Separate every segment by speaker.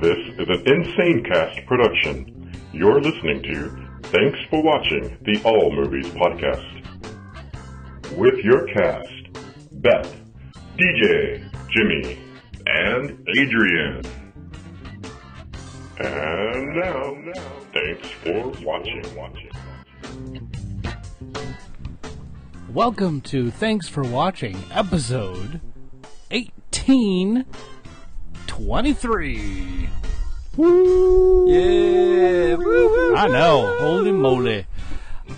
Speaker 1: This is an Insane Cast production. You're listening to Thanks for Watching the All Movies Podcast. With your cast, Beth, DJ, Jimmy, and Adrian. And now, thanks for watching.
Speaker 2: Welcome to Thanks for Watching, episode 1823.
Speaker 3: Yeah.
Speaker 2: I know, holy moly.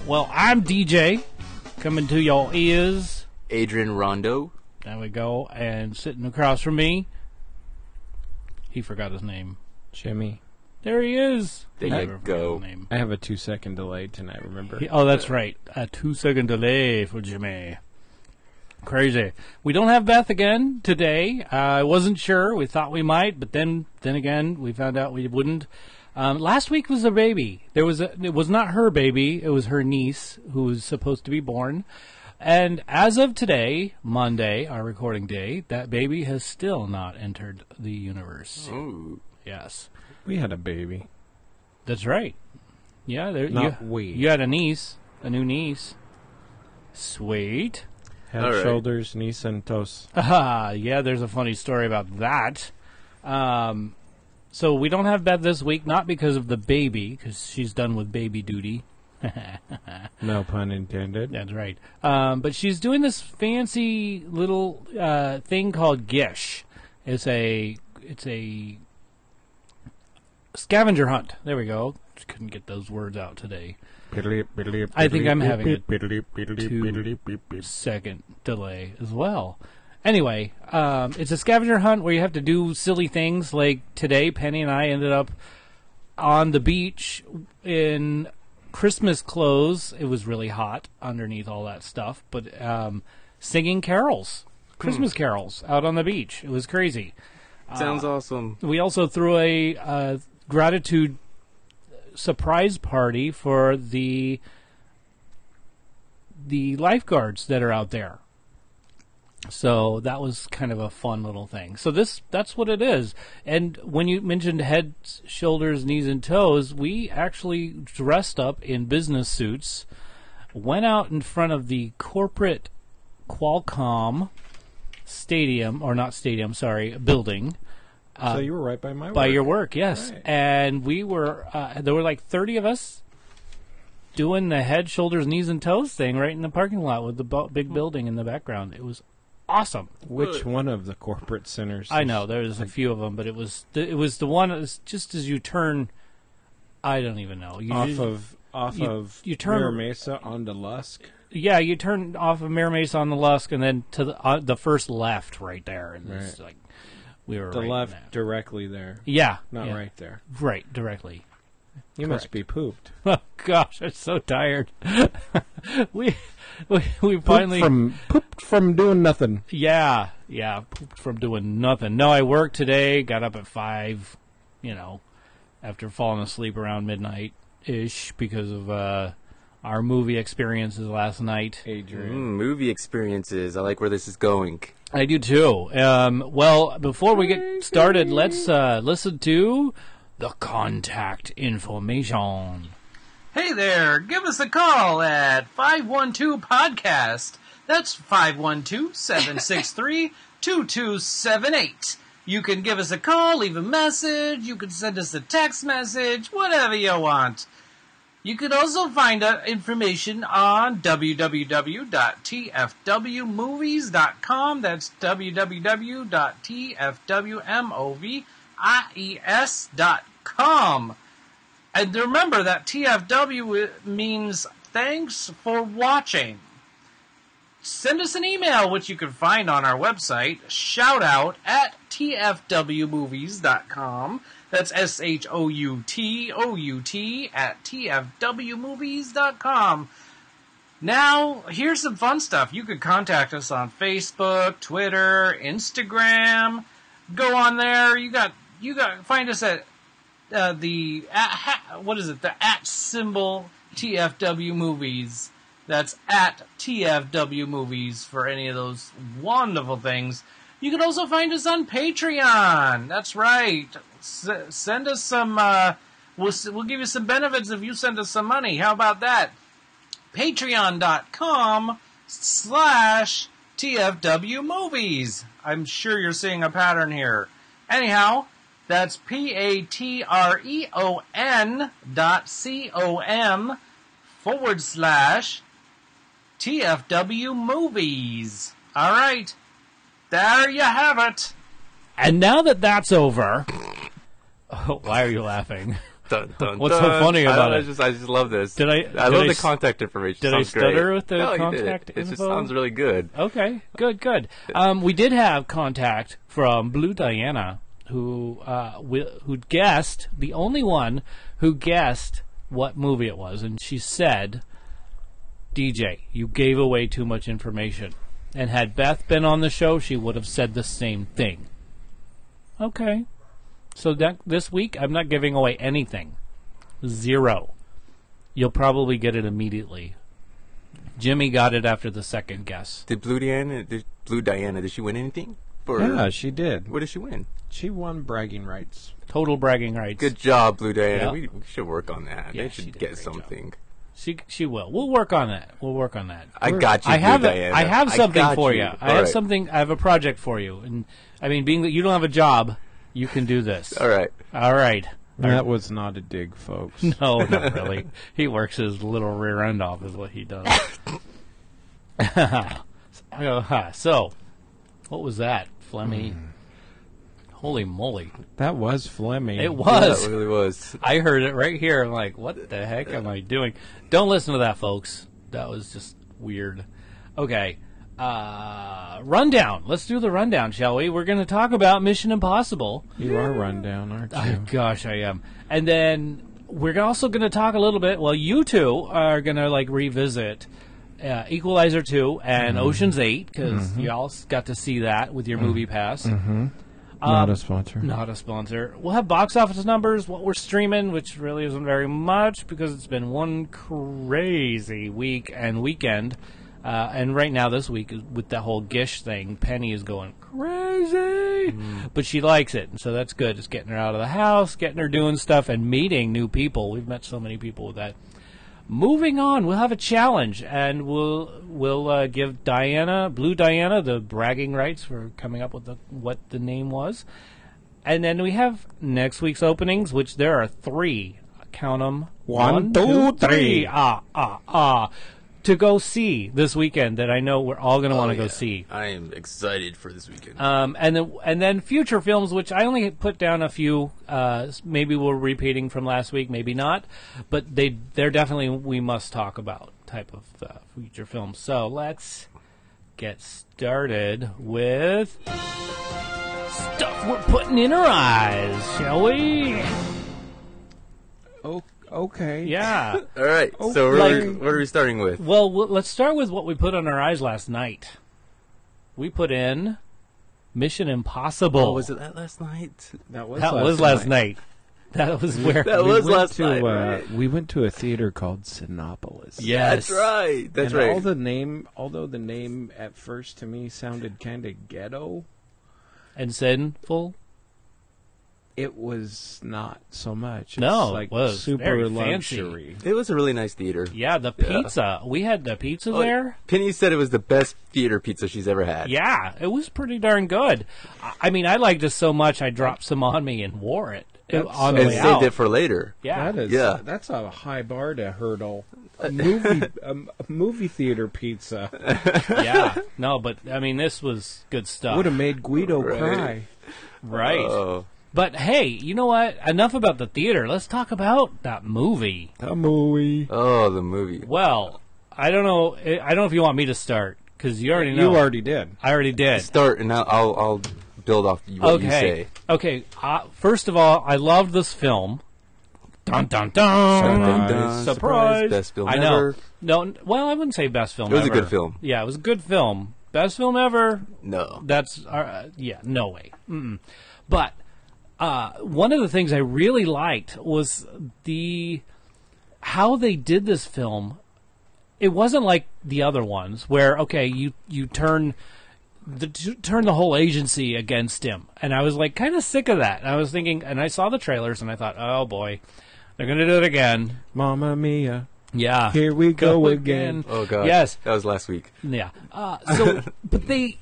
Speaker 2: Well, I'm DJ, coming to your ears.
Speaker 3: Adrian Rondo.
Speaker 2: There we go, and sitting across from me, he forgot his name.
Speaker 4: Jimmy,
Speaker 2: There he is.
Speaker 3: There
Speaker 2: He
Speaker 3: you
Speaker 2: never forgot
Speaker 3: go.
Speaker 2: his name.
Speaker 4: I have a two second delay tonight, remember?
Speaker 2: He- oh, that's right. A two second delay for Jimmy. Crazy. We don't have Beth again today. Uh, I wasn't sure. We thought we might, but then then again, we found out we wouldn't. Um, last week was a baby. There was a, it was not her baby. It was her niece who was supposed to be born. And as of today, Monday, our recording day, that baby has still not entered the universe.
Speaker 3: Oh. Ooh.
Speaker 2: Yes,
Speaker 4: We had a baby.
Speaker 2: that's right. Yeah, there,
Speaker 4: Not
Speaker 2: you,
Speaker 4: we.
Speaker 2: you had a niece, a new niece. Sweet.
Speaker 4: Head,
Speaker 3: All right.
Speaker 4: shoulders, knees, and toes.
Speaker 2: Ah, yeah, there's a funny story about that. Um, so we don't have Beth this week, not because of the baby, because she's done with baby duty.
Speaker 4: No pun intended.
Speaker 2: That's right. Um, but she's doing this fancy little uh, thing called Gish. It's a it's a scavenger hunt. There we go. Just couldn't get those words out today. I think I'm having a second delay as well. Anyway, um, it's a scavenger hunt where you have to do silly things. Like today, Penny and I ended up on the beach in Christmas clothes. It was really hot underneath all that stuff, but um, singing carols, Christmas carols out on the beach. It was crazy.
Speaker 3: Sounds awesome.
Speaker 2: We also threw a uh, gratitude surprise party for the the lifeguards that are out there. So that was kind of a fun little thing. So this that's what it is. And when you mentioned head, shoulders, knees and toes, we actually dressed up in business suits, went out in front of the corporate Qualcomm stadium or not stadium, sorry, building
Speaker 4: so you were right by my
Speaker 2: uh, by
Speaker 4: work.
Speaker 2: your work, yes.
Speaker 4: Right.
Speaker 2: And we were uh, there were like thirty of us doing the head, shoulders, knees, and toes thing right in the parking lot with the bu-
Speaker 4: Hmm.
Speaker 2: big building in the background. It was awesome.
Speaker 4: Which one of the corporate centers?
Speaker 2: I
Speaker 4: is-
Speaker 2: know there was a few of them, but it was the, it was the one that was just as you turn. I don't even know. You
Speaker 4: Off
Speaker 2: just-
Speaker 4: of off
Speaker 2: you-
Speaker 4: of
Speaker 2: you turn-
Speaker 4: Mira Mesa onto Lusk.
Speaker 2: yeah, you turn off of Mira Mesa on the Lusk, and then to the uh, the first left right there, and it's
Speaker 4: Right.
Speaker 2: like we were
Speaker 4: The
Speaker 2: right in
Speaker 4: left
Speaker 2: that.
Speaker 4: directly there.
Speaker 2: Yeah,
Speaker 4: Not
Speaker 2: yeah,
Speaker 4: right there.
Speaker 2: right directly.
Speaker 4: You must be pooped.
Speaker 2: Oh gosh, I'm so tired. we, we we finally
Speaker 4: pooped from pooped from doing nothing.
Speaker 2: yeah yeah pooped from doing nothing. No, I worked today. Got up at five, you know, after falling asleep around midnight ish because of uh, our movie experiences last night.
Speaker 4: Adrian.
Speaker 3: Mm, movie experiences. I like where this is going.
Speaker 2: I do too. Um, well, before we get started, let's uh, listen to the contact information.
Speaker 5: Hey there, give us a call at 512 Podcast. That's 512 763 2278. You can give us a call, leave a message, you can send us a text message, whatever you want. You can also find uh, information on www.tfwmovies.com. That's E www.tfwmovies.com. And remember that TFW means thanks for watching. Send us an email, which you can find on our website, shoutout at tfwmovies.com. That's S H O U T O U T at tfwmovies.com. Now, here's some fun stuff. You could contact us on Facebook, Twitter, Instagram. Go on there. You got you got find us at uh, the at, ha, what is it? The at symbol TFW movies. That's at TFW movies for any of those wonderful things. You can also find us on Patreon. That's right. S- send us some. Uh, we'll s- we'll give you some benefits if you send us some money. How about that? Patreon.com slash TFW movies. I'm sure you're seeing a pattern here. Anyhow, that's P A T R E O N dot C O M forward slash TFW movies. All right. There you have it.
Speaker 2: And now that that's over, oh, why are you laughing?
Speaker 3: Dun, dun,
Speaker 2: What's so
Speaker 3: dun.
Speaker 2: funny
Speaker 3: I don't
Speaker 2: about
Speaker 3: know,
Speaker 2: it?
Speaker 3: I just, I just love this.
Speaker 2: Did I-
Speaker 3: I
Speaker 2: did
Speaker 3: love
Speaker 2: I
Speaker 3: the
Speaker 2: s-
Speaker 3: contact information.
Speaker 2: did I
Speaker 3: Sounds great.
Speaker 2: stutter with the
Speaker 3: no,
Speaker 2: contact
Speaker 3: you did. It just
Speaker 2: info? Uh,
Speaker 3: sounds really good.
Speaker 2: Okay, good, good. Um, we did have contact from Blue Diana, who uh, wi- who guessed the only one who guessed what movie it was, and she said, "DJ, you gave away too much information." And had Beth been on the show, she would have said the same thing. Okay, so that this week I'm not giving away anything, zero. You'll probably get it immediately. Jimmy got it after the second guess.
Speaker 3: Did Blue Diana? Did Blue Diana? Did she win anything? For
Speaker 2: Mm.
Speaker 4: Yeah, she did.
Speaker 3: what did she win?
Speaker 4: She won bragging rights.
Speaker 2: Total bragging rights.
Speaker 3: Good job, Blue Diana.
Speaker 2: Yeah.
Speaker 3: We, we should work on that.
Speaker 2: Yeah,
Speaker 3: they
Speaker 2: she
Speaker 3: should
Speaker 2: did a
Speaker 3: get
Speaker 2: great job.
Speaker 3: something.
Speaker 2: She she will. We'll work on that. We'll work on that.
Speaker 3: I got you,
Speaker 2: I
Speaker 3: Blue
Speaker 2: have a,
Speaker 3: Diana.
Speaker 2: I have something
Speaker 3: got
Speaker 2: for
Speaker 3: you.
Speaker 2: you.
Speaker 3: All
Speaker 2: I have
Speaker 3: right.
Speaker 2: something. I have a project for you. And I mean, being that you don't have a job, you can do this.
Speaker 3: All right.
Speaker 2: All right. Oh,
Speaker 4: That was not a dig, folks.
Speaker 2: No, not really. he works his little rear end off, is what he does. Uh, so, what was that, Flemmy? Holy moly!
Speaker 4: That was Fleming.
Speaker 2: It
Speaker 3: Hmm. Yeah,
Speaker 2: was.
Speaker 3: that really was.
Speaker 2: I heard it right here. I'm like, what the heck am I doing? Don't listen to that, folks. That was just weird. Okay. Uh, rundown. Let's do the rundown, shall we? We're going to talk about Mission Impossible.
Speaker 4: You are run down, aren't
Speaker 2: Oh,
Speaker 4: you?
Speaker 2: gosh, I am. And then we're also going to talk a little bit. Well, you two are going to like revisit uh, Equalizer two and Ocean's Eight because y'all s- got to see that with your movie pass. um,
Speaker 4: not a sponsor.
Speaker 2: Not a sponsor. We'll have box office numbers, what we're streaming, which really isn't very much because it's been one crazy week and weekend. Uh, and right now, this week, is- with the whole Gish thing, Penny is going crazy. But she likes it, so that's good. It's getting her out of the house, getting her doing stuff, and meeting new people. We've met so many people with that. Moving on, we'll have a challenge, and we'll we'll uh, give Diana, Blue Diana, the bragging rights for coming up with the, what the name was. And then we have next week's openings, which there are three. Count them.
Speaker 4: One, two, three.
Speaker 2: Ah, ah, ah. To go see this weekend that I know we're all going to
Speaker 4: Oh,
Speaker 2: want to go see.
Speaker 3: I am excited for this weekend.
Speaker 2: Um, and then and then future films, which I only put down a few. Uh, s- maybe we're repeating from last week, maybe not, but they they're definitely we must talk about type of uh, future films. So let's get started with stuff we're putting in our eyes, shall we?
Speaker 4: Oh, okay.
Speaker 2: Yeah.
Speaker 3: All right. so we're
Speaker 2: like-
Speaker 3: like, what are we starting with?
Speaker 2: well, w- let's start with what we put on our eyes last night. We put in Mission Impossible.
Speaker 3: Oh, was it that last night?
Speaker 4: That was
Speaker 2: that was last night. That was where
Speaker 3: That
Speaker 4: We
Speaker 3: was
Speaker 4: went
Speaker 3: last
Speaker 4: to,
Speaker 3: night.
Speaker 4: uh,
Speaker 3: right?
Speaker 4: We went to a theater called Sinopolis.
Speaker 2: Yes.
Speaker 3: That's right. That's
Speaker 4: and
Speaker 3: right.
Speaker 4: all the name, although the name at first to me sounded kind of ghetto,
Speaker 2: and sinful.
Speaker 4: it was not so much. It's
Speaker 2: No, it
Speaker 4: like
Speaker 2: was
Speaker 4: super
Speaker 2: very fancy.
Speaker 4: luxury.
Speaker 3: it was a really nice theater.
Speaker 2: Yeah, the pizza. We had the pizza
Speaker 3: Oh,
Speaker 2: there.
Speaker 3: Penny said it was the best theater pizza she's ever had.
Speaker 2: Yeah, it was pretty darn good. I- I mean, I liked it so much I dropped some on me and wore it
Speaker 4: That's
Speaker 2: on the
Speaker 4: so-
Speaker 3: And
Speaker 2: way
Speaker 3: saved
Speaker 2: out.
Speaker 3: it for later.
Speaker 2: yeah, Uh,
Speaker 4: That is,
Speaker 3: Yeah.
Speaker 4: that's a high bar to hurdle. A movie, a, a movie theater pizza
Speaker 2: yeah. No, but I mean, this was good stuff,
Speaker 4: would have made Guido
Speaker 3: Right.
Speaker 4: cry.
Speaker 2: right?
Speaker 3: Oh,
Speaker 2: But hey, you know what? Enough about the theater. Let's talk about that movie.
Speaker 4: A movie.
Speaker 3: oh, the movie.
Speaker 2: Well, I don't know. I I don't know if you want me to start because you already know.
Speaker 4: You already did.
Speaker 2: I already did.
Speaker 3: Start, and I'll, I'll, I'll build off what you say.
Speaker 2: Okay. Uh, first of all, I love this film. Dun dun dun!
Speaker 4: Surprise.
Speaker 2: Surprise!
Speaker 3: Best film
Speaker 2: I know.
Speaker 3: ever.
Speaker 2: No, n- well, I wouldn't say best film.
Speaker 3: It was a
Speaker 2: ever.
Speaker 3: good film.
Speaker 2: Yeah, it was a good film. Best film ever.
Speaker 3: No.
Speaker 2: That's uh, yeah, no way. Mm-mm. But uh, one of the things I really liked was the how they did this film. It wasn't like the other ones where okay, you you turn the, to turn the whole agency against him. And I was like, kind of sick of that. And I was thinking, and I saw the trailers, and I thought, oh boy, they're gonna do it again.
Speaker 4: Mama Mia.
Speaker 2: Yeah,
Speaker 4: Here we go again.
Speaker 3: Oh god.
Speaker 2: Yes,
Speaker 3: That was last week.
Speaker 2: yeah. Uh, so, but they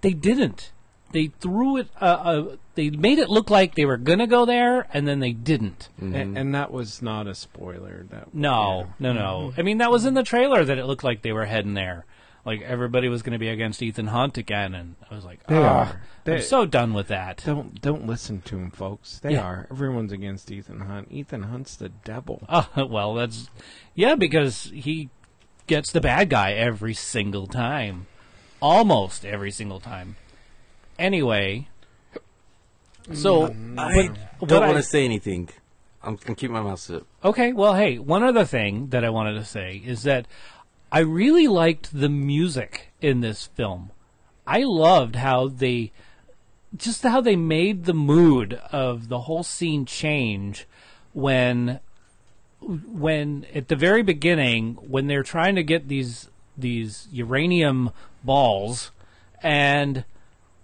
Speaker 2: they didn't. They threw it. Uh, uh, they made it look like they were gonna go there, and then they didn't.
Speaker 4: A- And, that was not a spoiler. That
Speaker 2: No, no, no.
Speaker 4: Mm-hmm.
Speaker 2: I mean, that was in the trailer that it looked like they were heading there. Like everybody was going to be against Ethan Hunt again, and I was like,
Speaker 4: They
Speaker 2: "Ah,
Speaker 4: are. They-
Speaker 2: I'm so done with that."
Speaker 4: Don't don't listen to him, folks. They
Speaker 2: Yeah.
Speaker 4: are. Everyone's against Ethan Hunt. Ethan Hunt's the devil.
Speaker 2: Uh, well, that's yeah, because he gets the bad guy every single time, almost every single time. Anyway, so
Speaker 3: I
Speaker 2: what
Speaker 3: don't
Speaker 2: I-
Speaker 3: want to say anything. I'm gonna keep my mouth shut.
Speaker 2: Okay, well, hey, one other thing that I wanted to say is that I really liked the music in this film. I loved how they just how they made the mood of the whole scene change when when at the very beginning when they're trying to get these these uranium balls and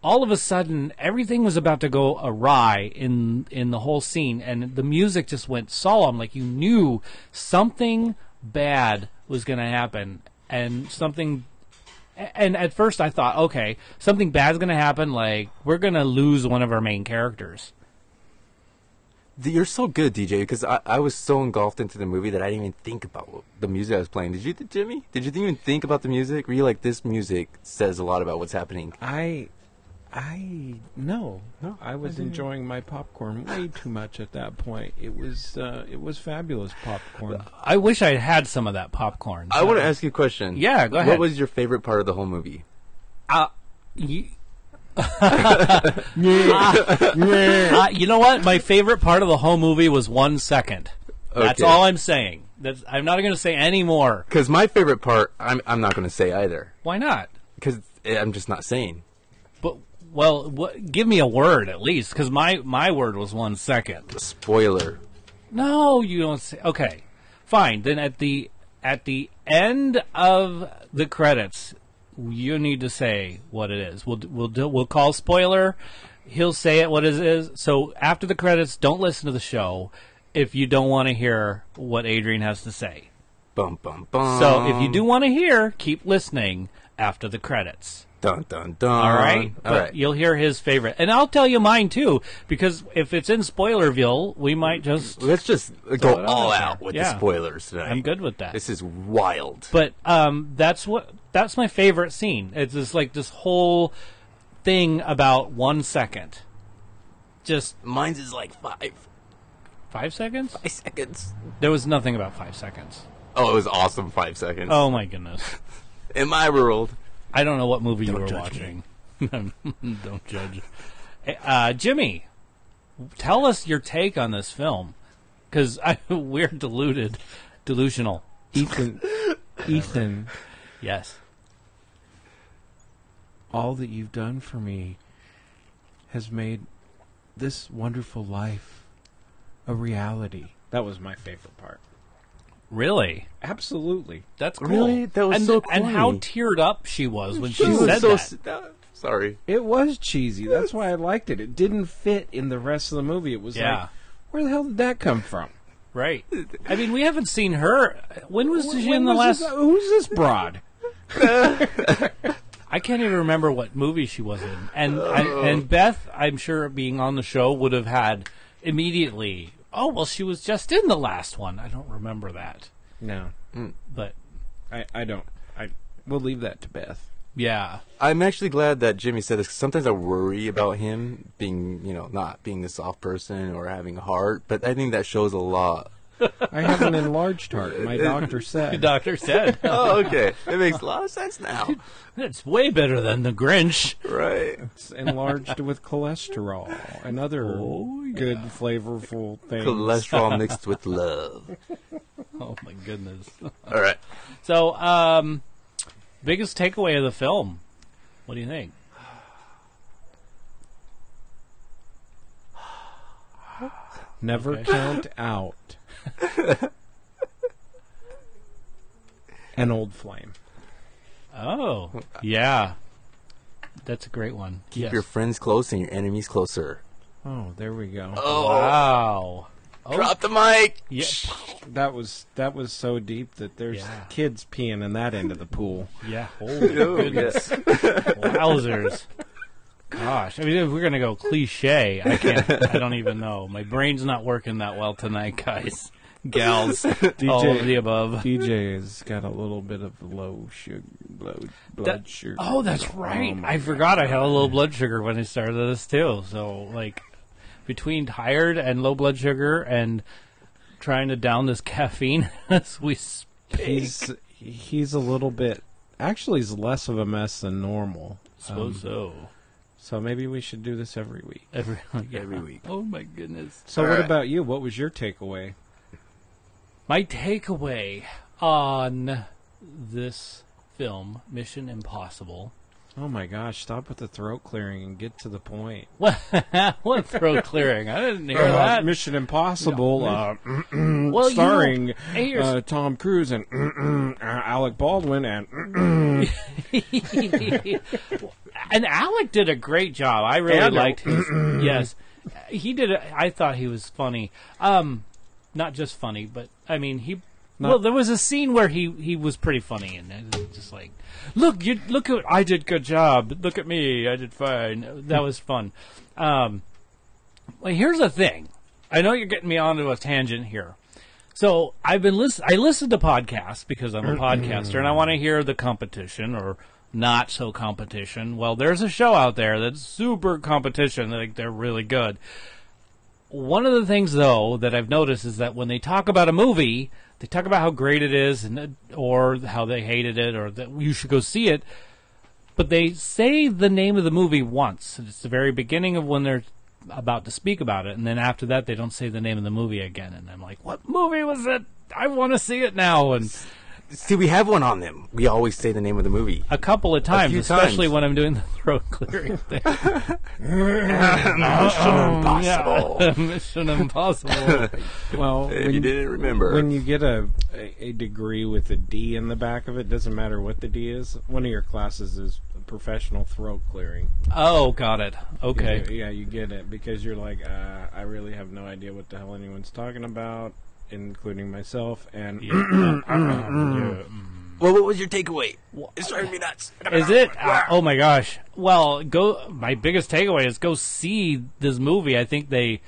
Speaker 2: all of a sudden everything was about to go awry in in the whole scene and the music just went solemn like you knew something bad was going to happen and something and at first I thought okay something bad's going to happen like we're going to lose one of our main characters
Speaker 3: Th- You're so good, DJ, because I, I was so engulfed into the movie that I didn't even think about what, the music I was playing. Did you, th- Jimmy? Did you even think about the music? Were you like, this music says a lot about what's happening?
Speaker 4: I, I no, no. I was enjoying my popcorn way too much at that point. It was uh, it was fabulous popcorn.
Speaker 2: I wish I had some of that popcorn
Speaker 3: I want to ask you a question.
Speaker 2: Yeah, go ahead.
Speaker 3: What was your favorite part of the whole movie?
Speaker 2: Ye- Ah, you know what? My favorite part of the whole movie was one second. That's
Speaker 3: Okay.
Speaker 2: all I'm saying. That's, I'm not going to say any more.
Speaker 3: Because my favorite part, I'm, I'm not going to say either.
Speaker 2: Why not?
Speaker 3: Because I'm just not saying.
Speaker 2: But well, wha- give me a word at least, because my my word was one second.
Speaker 3: Spoiler.
Speaker 2: No, you don't say. Okay, fine. Then at the at the end of the credits, you need to say what it is. We'll we'll do, we'll call spoiler. He'll say it what it is. So after the credits, don't listen to the show if you don't want to hear what Adrian has to say.
Speaker 3: Bum, bum, bum.
Speaker 2: So if you
Speaker 3: Um.
Speaker 2: do want to hear, keep listening after the credits.
Speaker 3: Dun, dun, dun.
Speaker 2: All right,
Speaker 3: Um, All
Speaker 2: But
Speaker 3: right.
Speaker 2: You'll hear his favorite, and I'll tell you mine too, because if it's in Spoilerville, we might just.
Speaker 3: Let's just go
Speaker 2: out
Speaker 3: all
Speaker 2: there.
Speaker 3: out with
Speaker 2: Yeah.
Speaker 3: the spoilers tonight.
Speaker 2: I'm good with that.
Speaker 3: This is wild.
Speaker 2: but um, that's what that's my favorite scene. It's just like this whole thing about one second, just
Speaker 3: Mine's is like five,
Speaker 2: five seconds.
Speaker 3: five seconds.
Speaker 2: There was nothing about five seconds.
Speaker 3: Oh, it was awesome. Five seconds.
Speaker 2: Oh my goodness!
Speaker 3: In my world,
Speaker 2: I don't know what movie you
Speaker 3: Don't
Speaker 2: were
Speaker 3: judge
Speaker 2: watching. don't judge, uh, Jimmy. Tell us your take on this film, because we're deluded, delusional.
Speaker 4: Ethan, Ethan,
Speaker 2: Yes.
Speaker 4: all that you've done for me has made this wonderful life a reality. That was my favorite part.
Speaker 2: Really?
Speaker 4: Absolutely.
Speaker 2: That's cool.
Speaker 3: Really? That was
Speaker 2: and,
Speaker 3: so
Speaker 2: And how
Speaker 3: corny.
Speaker 2: teared up she was when she,
Speaker 3: She was
Speaker 2: said
Speaker 3: so
Speaker 2: that.
Speaker 3: s- that- Sorry.
Speaker 4: uh, It was cheesy. That's why I liked it. It didn't fit in the rest of the movie. It was
Speaker 2: Yeah.
Speaker 4: like, where the hell did that come from?
Speaker 2: Right. I mean, we haven't seen her. When was she
Speaker 4: When
Speaker 2: in the last?
Speaker 4: was this- who's this broad?
Speaker 2: I can't even remember what movie she was in. And
Speaker 4: Uh.
Speaker 2: and, and Beth, I'm sure being on the show would have had immediately. Oh well, she was just in the last one. I don't remember that,
Speaker 4: No,
Speaker 2: but
Speaker 4: I, I don't. I we'll leave that to Beth.
Speaker 2: yeah,
Speaker 3: I'm actually glad that Jimmy said this. 'cause sometimes I worry about him being, you know, not being a soft person or having a heart, but I think that shows a lot.
Speaker 4: I have an enlarged heart. My doctor
Speaker 2: the
Speaker 4: said.
Speaker 2: doctor said
Speaker 3: Oh, okay. it makes a lot of sense now.
Speaker 2: it's way better than the Grinch.
Speaker 3: Right.
Speaker 4: It's enlarged with cholesterol and other
Speaker 2: Oh,
Speaker 4: good flavorful things.
Speaker 3: Cholesterol mixed with love.
Speaker 2: Oh my goodness.
Speaker 3: All right.
Speaker 2: So, um, biggest takeaway of the film. What do you think?
Speaker 4: Never count out an old flame.
Speaker 2: Oh, yeah. That's a great one.
Speaker 3: Keep
Speaker 2: yes.
Speaker 3: your friends close and your enemies closer.
Speaker 4: Oh, there we go.
Speaker 2: wow. Oh,
Speaker 3: Drop the mic.
Speaker 2: yeah.
Speaker 4: That was that was so deep that there's
Speaker 2: Yeah.
Speaker 4: kids peeing in that end of the pool.
Speaker 2: Yeah. Holy goodness. Wowzers. Gosh. I mean, if we're going to go cliche, I can't, I don't even know. My brain's not working that well tonight, guys. Gals. All of the above.
Speaker 4: DJ has got a little bit of low sugar, low blood
Speaker 2: That-
Speaker 4: sugar.
Speaker 2: Oh, that's right.
Speaker 4: my
Speaker 2: I forgot I had a low blood sugar when I started this too. So like between tired and low blood sugar and trying to down this caffeine as we speak.
Speaker 4: he's he's a little bit. Actually, he's less of a mess than normal.
Speaker 2: Suppose
Speaker 4: Um,
Speaker 2: so.
Speaker 4: so maybe we should do this every week.
Speaker 2: Every,
Speaker 3: Every week.
Speaker 2: Oh my goodness.
Speaker 4: So,
Speaker 3: All
Speaker 4: what
Speaker 3: right.
Speaker 4: about you? What was your takeaway?
Speaker 2: My takeaway on this film, Mission Impossible.
Speaker 4: Oh my gosh! Stop with the throat clearing and get to the point.
Speaker 2: What, what throat clearing? I didn't hear
Speaker 4: Uh,
Speaker 2: that.
Speaker 4: Mission Impossible, uh,
Speaker 2: Well, you know,
Speaker 4: starring
Speaker 2: hey, here's-
Speaker 4: uh, Tom Cruise and uh, Alec Baldwin and mm,
Speaker 2: and Alec did a great job. I really
Speaker 4: Daniel.
Speaker 2: liked his. yes, he did. A, I thought he was funny. Um, not just funny, but I mean he. well, there was a scene where he, he was pretty funny, and it was just like, look, you look at I did good job. Look at me, I did fine. That was fun. Um, well, here's the thing. I know you're getting me onto a tangent here. So I've been listen. I listen to podcasts because I'm a podcaster, and I want to hear the competition or not so competition. Well, there's a show out there that's super competition. Like they're really good. One of the things though that I've noticed is that when they talk about a movie, they talk about how great it is, and or how they hated it, or that you should go see it. But they say the name of the movie once. It's the very beginning of when they're about to speak about it, and then after that they don't say the name of the movie again. And I'm like, what movie was it? I want to see it now. And
Speaker 3: See, we have one on them. We always say the name of the movie.
Speaker 2: a couple of times,
Speaker 3: few
Speaker 2: especially
Speaker 3: times.
Speaker 2: when I'm doing the throat clearing thing.
Speaker 3: Impossible.
Speaker 2: Oh, Yeah, Mission Impossible.
Speaker 4: well,
Speaker 3: If you didn't remember.
Speaker 4: when you get a, a a degree with a D in the back of it, doesn't matter what the D is. One of your classes is professional throat clearing.
Speaker 2: oh, got it. Okay.
Speaker 4: Yeah, yeah, you get it because you're like, uh, I really have no idea what the hell anyone's talking about, including myself. And
Speaker 3: well, what was your takeaway? It's driving me nuts.
Speaker 2: Is it? Uh, oh my gosh. Well, go. My biggest takeaway is go see this movie. I think they.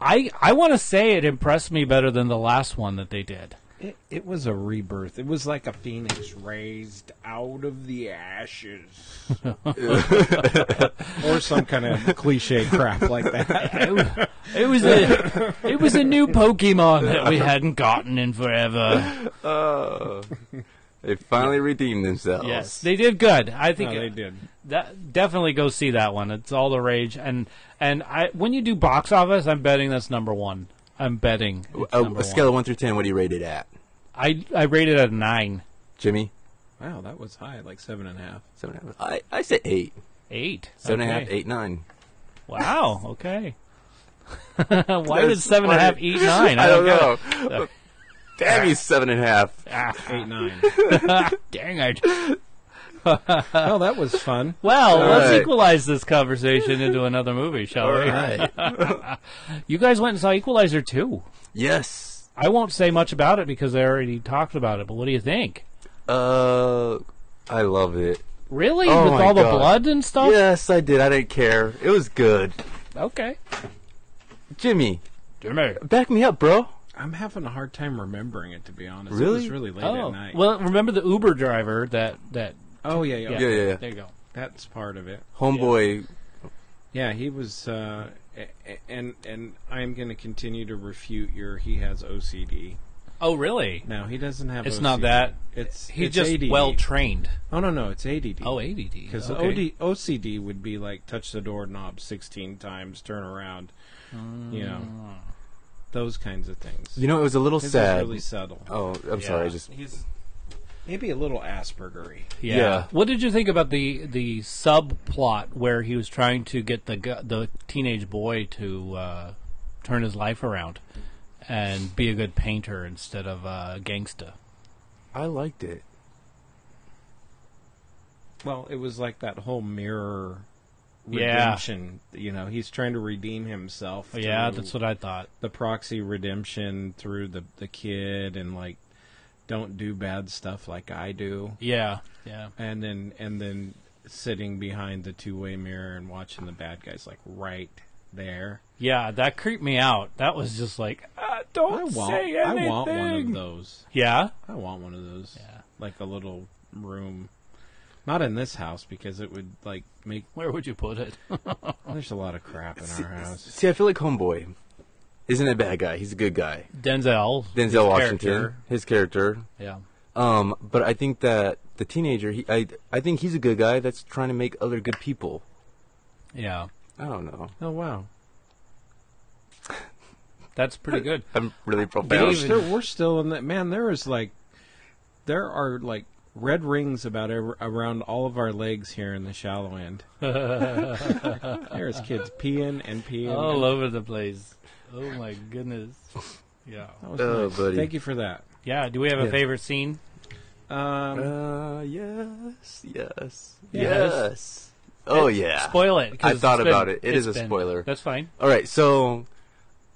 Speaker 2: I I want to say it impressed me better than the last one that they did.
Speaker 4: it, it was a rebirth. It was like a phoenix raised out of the ashes, or some kind of cliche crap like that.
Speaker 2: It, it was a it was a new Pokemon that we hadn't gotten in forever.
Speaker 3: They finally redeemed themselves.
Speaker 2: Yes, they did good. I think
Speaker 4: No, they did.
Speaker 2: That, definitely go see that one. It's all the rage. And and I when you do box office, I'm betting that's number one. I'm betting. it's
Speaker 3: A,
Speaker 2: number
Speaker 3: a scale of one through ten, what do you rate it at,
Speaker 2: one. I I rated it a nine,
Speaker 3: Jimmy?
Speaker 4: Wow, that was high, like seven and a half.
Speaker 3: Seven and a half. I I said eight.
Speaker 2: eight,
Speaker 3: Seven and a half,
Speaker 2: Okay.
Speaker 3: eight, nine.
Speaker 2: Wow. Okay. Why did
Speaker 3: That's
Speaker 2: seven and a half
Speaker 3: funny.
Speaker 2: eat nine?
Speaker 3: I don't
Speaker 2: get it.
Speaker 3: know. Damn you, seven and a half.
Speaker 4: Eight nine.
Speaker 2: Ah, Dang it.
Speaker 4: oh, that was fun.
Speaker 2: Well, let's
Speaker 3: right.
Speaker 2: equalize this conversation into another movie, shall
Speaker 3: All
Speaker 2: we?
Speaker 3: right.
Speaker 2: You guys went and saw Equalizer 2.
Speaker 3: yes.
Speaker 2: I won't say much about it because I already talked about it, but what do you think?
Speaker 3: Uh, I love it.
Speaker 2: Really?
Speaker 3: Oh
Speaker 2: With
Speaker 3: my
Speaker 2: all the
Speaker 3: God.
Speaker 2: blood and stuff?
Speaker 3: Yes, I did. I didn't care. It was good.
Speaker 2: Okay.
Speaker 3: Jimmy,
Speaker 2: Jimmy.
Speaker 3: back me up, bro.
Speaker 4: I'm having a hard time remembering it to be honest. It
Speaker 3: Really?
Speaker 4: was really late at
Speaker 2: Oh.
Speaker 4: night.
Speaker 2: Well, remember the Uber driver that that
Speaker 4: oh yeah, yeah,
Speaker 2: yeah.
Speaker 3: Yeah, yeah,
Speaker 2: There
Speaker 3: yeah.
Speaker 2: you go.
Speaker 4: That's part of it.
Speaker 3: Homeboy.
Speaker 4: Yeah, he was uh a- a- and and I'm going to continue to refute your he has OCD.
Speaker 2: Oh, really?
Speaker 4: No, he doesn't have
Speaker 2: It's
Speaker 4: OCD.
Speaker 2: not that.
Speaker 4: It's
Speaker 2: He's
Speaker 4: it's
Speaker 2: just
Speaker 4: ADD.
Speaker 2: well trained.
Speaker 4: Oh no, no, it's ADD.
Speaker 2: Oh, ADD.
Speaker 4: Because
Speaker 2: okay.
Speaker 4: OCD would be like touch the doorknob 16 times, turn around,
Speaker 2: Ah.
Speaker 4: you know, those kinds of things.
Speaker 3: You know, it was a little
Speaker 4: His is
Speaker 3: sad.
Speaker 4: really subtle.
Speaker 3: Oh, I'm
Speaker 2: Yeah.
Speaker 3: sorry. I just
Speaker 4: He's maybe a little Aspergery.
Speaker 2: Yeah.
Speaker 3: Yeah.
Speaker 2: What did you think about the the subplot where he was trying to get the gu- the teenage boy to uh, turn his life around and be a good painter instead of a uh, gangsta?
Speaker 3: I liked it.
Speaker 4: Well, it was like that whole mirror
Speaker 2: Yeah. Oh,
Speaker 4: redemption. You know, he's trying to redeem himself.
Speaker 2: Yeah,
Speaker 4: through
Speaker 2: that's what I thought.
Speaker 4: the proxy redemption through the the kid and like don't do bad stuff like I do.
Speaker 2: Yeah, yeah.
Speaker 4: And then and then sitting behind the two way mirror and watching the bad guys like right there.
Speaker 2: Yeah, that creeped me out. That was just like, uh,
Speaker 4: I
Speaker 2: don't
Speaker 4: want
Speaker 2: say
Speaker 4: I
Speaker 2: anything.
Speaker 4: want one of those.
Speaker 2: Yeah,
Speaker 4: I want one of those.
Speaker 2: Yeah.
Speaker 4: Like a little room. Not in this house because it would like make
Speaker 2: where would you put it?
Speaker 4: there's a lot of crap in our house.
Speaker 3: See, I feel like Homeboy isn't a bad guy. He's a good guy.
Speaker 2: Denzel.
Speaker 3: Denzel
Speaker 2: his
Speaker 3: Washington,
Speaker 2: character.
Speaker 3: his character.
Speaker 2: Yeah,
Speaker 3: Um, but I think that the teenager, he, I, I think he's a good guy that's trying to make other good people.
Speaker 2: yeah.
Speaker 3: I don't know.
Speaker 4: Oh wow.
Speaker 2: That's pretty good.
Speaker 3: I'm really
Speaker 4: We're
Speaker 3: profound.
Speaker 4: still, we're still in that. Man, there is like, there are like red rings about ev- around all of our legs here in the shallow end. There's kids peeing and peeing.
Speaker 2: All over the place. Oh my goodness. Yeah.
Speaker 4: That was
Speaker 3: Oh,
Speaker 4: nice.
Speaker 3: buddy.
Speaker 4: Thank you for that.
Speaker 2: Yeah. Do we have a
Speaker 3: Yeah.
Speaker 2: favorite scene?
Speaker 4: Um,
Speaker 3: Uh, yes, yes, yes.
Speaker 2: Yes.
Speaker 3: Oh yeah.
Speaker 2: Spoil it. 'cause
Speaker 3: I thought
Speaker 2: it's been-
Speaker 3: about it. It
Speaker 2: it's
Speaker 3: is a
Speaker 2: been-
Speaker 3: spoiler.
Speaker 2: That's fine.
Speaker 3: All right, so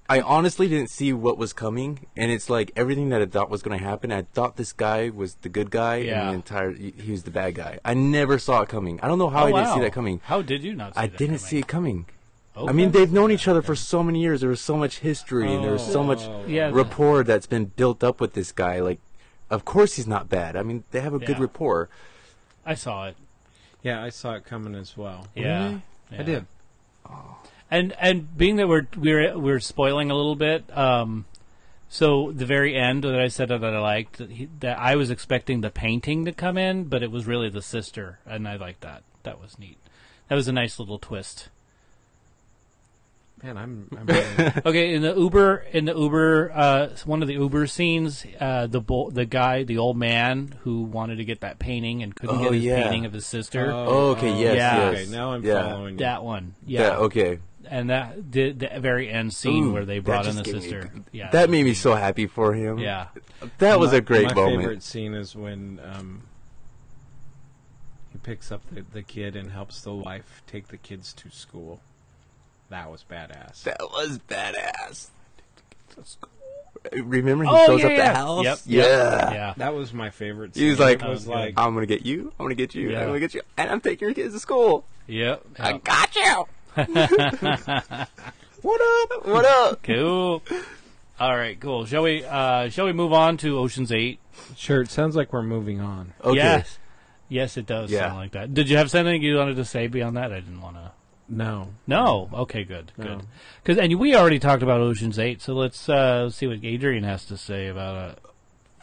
Speaker 3: I honestly didn't see what was coming, and it's like everything that I thought was going to happen. I thought this guy was the good guy, and
Speaker 2: Yeah.
Speaker 3: the entire he he was the bad guy. I never saw it coming. I don't know
Speaker 2: oh,
Speaker 3: how I didn't
Speaker 2: wow.
Speaker 3: see that coming.
Speaker 2: How did you not? See
Speaker 3: I
Speaker 2: that coming?
Speaker 3: didn't see it coming.
Speaker 2: Okay.
Speaker 3: I mean, they've known each other for so many years. There was so much history, and there was so much
Speaker 4: Oh.
Speaker 2: Yeah.
Speaker 3: rapport that's been built up with this guy. Like, of course he's not bad. I mean, they have a good
Speaker 2: Yeah.
Speaker 3: rapport.
Speaker 2: I saw it.
Speaker 4: yeah, I saw it coming as well.
Speaker 2: Yeah. Yeah.
Speaker 4: I did.
Speaker 2: And and being that we're we're we're spoiling a little bit, um, so the very end that I said that I liked that, he, that I was expecting the painting to come in, but it was really the sister, and I liked that. That was neat. That was a nice little twist.
Speaker 4: Man, I'm. I'm really-
Speaker 2: Okay, in the Uber, in the Uber, uh, one of the Uber scenes, uh, the bo- the guy, the old man who wanted to get that painting and couldn't
Speaker 3: Oh,
Speaker 2: get his
Speaker 3: yeah.
Speaker 2: painting of his sister.
Speaker 3: Oh, okay, yes,
Speaker 2: Yeah.
Speaker 4: Okay,
Speaker 3: yes.
Speaker 4: now I'm
Speaker 3: Yeah.
Speaker 4: following.
Speaker 2: That one, yeah,
Speaker 3: Yeah. okay.
Speaker 2: and that the, the very end scene
Speaker 3: Ooh,
Speaker 2: where they
Speaker 3: that
Speaker 2: brought in the
Speaker 3: just gave me-
Speaker 2: sister. yeah,
Speaker 3: That made me so happy for him.
Speaker 2: yeah.
Speaker 3: That was
Speaker 4: My-
Speaker 3: a great
Speaker 4: my
Speaker 3: moment.
Speaker 4: favorite scene is when um, he picks up the, the kid and helps the wife take the kids to school. That was badass.
Speaker 3: That was badass. Remember he
Speaker 2: Oh,
Speaker 3: shows
Speaker 2: yeah,
Speaker 3: up
Speaker 2: yeah.
Speaker 3: the house?
Speaker 2: Yep,
Speaker 3: Yeah.
Speaker 2: Yeah.
Speaker 4: That was my favorite. Scene.
Speaker 3: He was like, um,
Speaker 4: it was like,
Speaker 3: I'm going to get you. I'm going to get you.
Speaker 2: Yeah. Oh.
Speaker 3: I'm going to get you. And I'm taking your kids to school.
Speaker 2: Yep.
Speaker 3: I
Speaker 2: yep.
Speaker 3: got you. what up? What up?
Speaker 2: Cool. All right. Cool. Shall we? Uh, shall we move on to Ocean's Eight?
Speaker 4: sure. It sounds like we're moving on.
Speaker 3: Okay.
Speaker 2: Yes. Yes, it does
Speaker 3: Yeah.
Speaker 2: sound like that. Did you have something you wanted to say beyond that? I didn't want to.
Speaker 4: No,
Speaker 2: No. Okay. Good.
Speaker 4: No.
Speaker 2: Good. Because and we already talked about Ocean's Eight, so let's uh, see what Adrian has to say about it.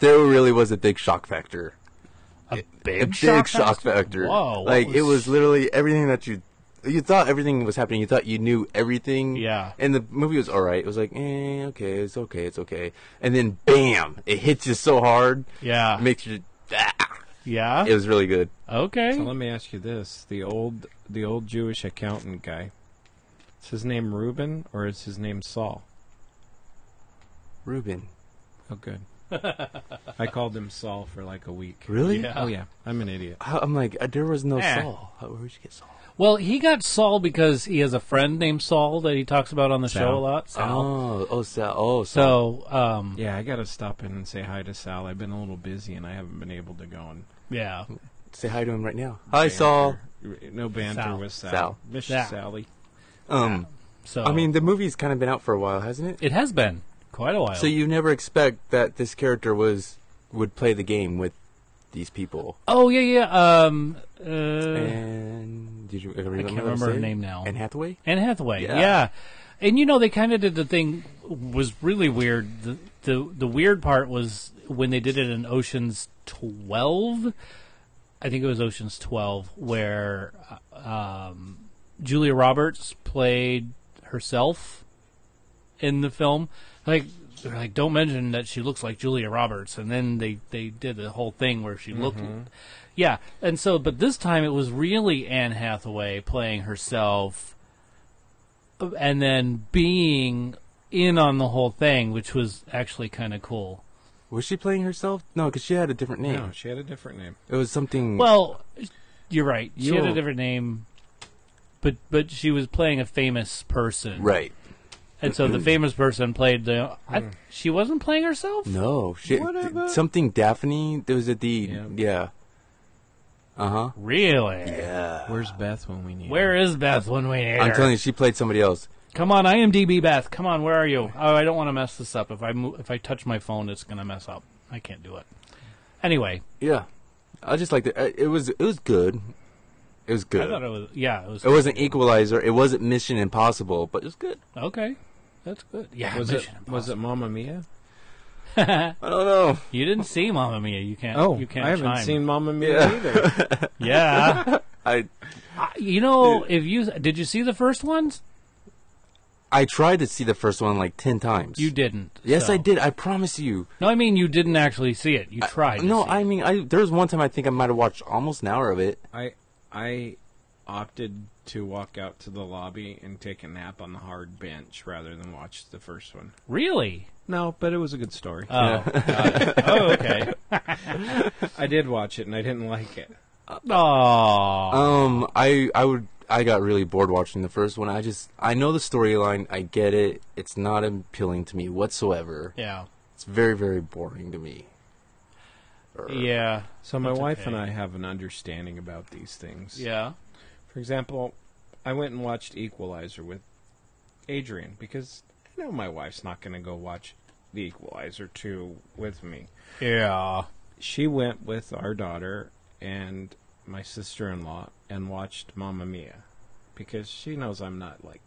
Speaker 3: There really was a big shock factor.
Speaker 2: A big,
Speaker 3: a big shock, factor.
Speaker 2: Whoa! what
Speaker 3: Like it was literally everything that you you thought everything was happening. You thought you knew everything.
Speaker 2: Yeah.
Speaker 3: And the movie was all right. It was like, eh, okay, it's okay, it's okay. And then bam, it hits you so hard.
Speaker 2: Yeah.
Speaker 3: It makes you. Ah,
Speaker 2: Yeah.
Speaker 3: it was really good.
Speaker 2: okay.
Speaker 4: So let me ask you this: the old, the old Jewish accountant guy. Is his name Reuben or is his name Saul?
Speaker 3: Ruben.
Speaker 4: Oh, good. I called him Saul for like a week.
Speaker 3: Really?
Speaker 2: Yeah.
Speaker 4: Oh yeah, I'm an idiot.
Speaker 3: I- I'm like, uh, there was no
Speaker 2: Eh.
Speaker 3: Saul. How, where would you get Saul?
Speaker 2: Well, he got Saul because he has a friend named Saul that he talks about on the show
Speaker 4: Sal.
Speaker 2: a lot. Sal.
Speaker 3: Oh, oh, Sal. Oh, Saul.
Speaker 2: So, um,
Speaker 4: Yeah, I gotta stop in and say hi to Sal. I've been a little busy and I haven't been able to go and.
Speaker 2: yeah.
Speaker 3: Say hi to him right now. Hi, Saul.
Speaker 4: banter. No banter
Speaker 2: Sal.
Speaker 4: with Sal.
Speaker 3: Sal.
Speaker 4: Miss
Speaker 2: Sal.
Speaker 4: Sally.
Speaker 3: Um,
Speaker 2: So
Speaker 3: I mean, the movie's kind of been out for a while, hasn't it?
Speaker 2: it has been quite a while.
Speaker 3: So you never expect that this character was would play the game with these people.
Speaker 2: oh yeah, yeah. Um, uh, Anne
Speaker 3: And did you ever
Speaker 2: can't remember her name now.
Speaker 3: Anne Hathaway.
Speaker 2: Hathaway. Yeah.
Speaker 3: Yeah.
Speaker 2: And you know they kind of did the thing was really weird. The, the the weird part was when they did it in Ocean's Twelve. I think it was Ocean's Twelve where uh, um, Julia Roberts played herself in the film. Like, they're like don't mention that she looks like Julia Roberts, and then they they did the whole thing where she looked. Yeah, and so but this time it was really Anne Hathaway playing herself, uh, and then being in on the whole thing, which was actually kind of cool.
Speaker 4: Oh,
Speaker 3: Was she playing herself? No, because she had a different name.
Speaker 4: No, she had a different name.
Speaker 3: It was something.
Speaker 2: Well, You're right. She
Speaker 4: You
Speaker 2: had a
Speaker 4: were-
Speaker 2: different name, but but she was playing a famous person,
Speaker 3: Right.
Speaker 2: And so the famous person played the. I, she wasn't playing herself.
Speaker 3: No. She,
Speaker 4: Whatever.
Speaker 3: something Daphne. There was a D.
Speaker 4: Yeah.
Speaker 3: Yeah. Uh huh.
Speaker 2: Really?
Speaker 3: Yeah.
Speaker 4: Where's Beth when we need?
Speaker 2: Where is Beth when we need
Speaker 3: I'm
Speaker 2: her?
Speaker 3: telling you, she played somebody else.
Speaker 2: Come on, IMDb Beth. Come on, where are you? Oh, I don't want to mess this up. If I mo- if I touch my phone, it's gonna mess up. I can't do it. Anyway,
Speaker 3: Yeah. I just liked it. Uh, It was it was good. It was
Speaker 2: I
Speaker 3: good.
Speaker 2: thought it was yeah, it was
Speaker 3: it wasn't Equalizer. It wasn't Mission Impossible, but it was good.
Speaker 2: okay. That's good. Yeah,
Speaker 4: Was it
Speaker 2: Mission
Speaker 4: was it Mamma Mia?
Speaker 3: I don't know.
Speaker 2: Impossible. You didn't see Mamma Mia. You can't.
Speaker 4: Oh,
Speaker 2: you can't.
Speaker 4: I haven't
Speaker 2: chime.
Speaker 4: seen Mamma Mia either.
Speaker 2: Yeah,
Speaker 3: I
Speaker 2: you know, if you did you see the first ones?
Speaker 3: I tried to see the first one like ten times.
Speaker 2: You didn't.
Speaker 3: Yes,
Speaker 2: so-
Speaker 3: I did. I promise you.
Speaker 2: No, I mean you didn't actually see it. You tried. to
Speaker 3: No,
Speaker 2: see
Speaker 3: I
Speaker 2: it.
Speaker 3: mean, I there was one time I think I might have watched almost an hour of it.
Speaker 4: I I opted to walk out to the lobby and take a nap on the hard bench rather than watch the first one.
Speaker 2: really.
Speaker 4: No, but it was a good story.
Speaker 2: Oh, got it. oh, okay.
Speaker 4: I did watch it and I didn't like it.
Speaker 2: Oh,
Speaker 3: Um, I I would I got really bored watching the first one. I just I know the storyline. I get it. It's not appealing to me whatsoever.
Speaker 2: yeah,
Speaker 3: It's very very boring to me. Er, Or-
Speaker 2: yeah,
Speaker 4: So my
Speaker 2: That's
Speaker 4: wife
Speaker 2: okay.
Speaker 4: and I have an understanding about these things.
Speaker 2: yeah.
Speaker 4: For example, I went and watched Equalizer with Adrian because I know my wife's not going to go watch The Equalizer 2 with me.
Speaker 2: Yeah.
Speaker 4: She went with our daughter and my sister-in-law and watched Mamma Mia because she knows I'm not like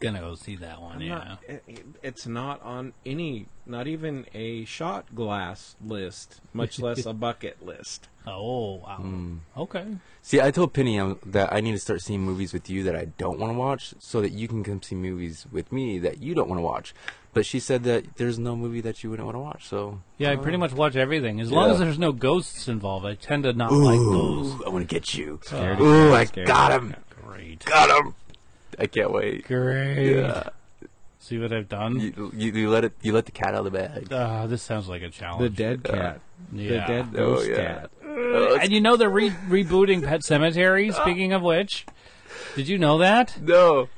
Speaker 2: Gonna go see that one,
Speaker 4: I'm
Speaker 2: yeah.
Speaker 4: not, it, it- it's not on any not even a shot glass list, much less a bucket list.
Speaker 2: Oh, wow.
Speaker 3: Hmm.
Speaker 2: Okay.
Speaker 3: See, I told Penny um, that I need to start seeing movies with you that I don't want to watch, so that you can come see movies with me that you don't want to watch. But she said that there's no movie that you wouldn't want to watch. So
Speaker 2: Yeah, I pretty much watch everything. As long
Speaker 3: Uh, Yeah.
Speaker 2: as there's no ghosts involved, I tend to not like those.
Speaker 3: I want to get you.
Speaker 4: Scaredy
Speaker 3: Ooh, I
Speaker 4: Scaredy
Speaker 3: got him.
Speaker 2: Great.
Speaker 3: Got him. I can't wait.
Speaker 2: Great.
Speaker 3: Yeah.
Speaker 2: See what I've done?
Speaker 3: You, you, you let it. You let the cat out of the bag.
Speaker 2: Ah, this sounds like a
Speaker 4: The
Speaker 2: challenge.
Speaker 4: dead cat,
Speaker 2: yeah.
Speaker 4: the dead
Speaker 3: Oh,
Speaker 4: ghost
Speaker 3: yeah.
Speaker 4: cat.
Speaker 3: Oh, it's-
Speaker 2: And you know they're re- rebooting Pet Cemetery, speaking of which. Did you know that?
Speaker 3: no.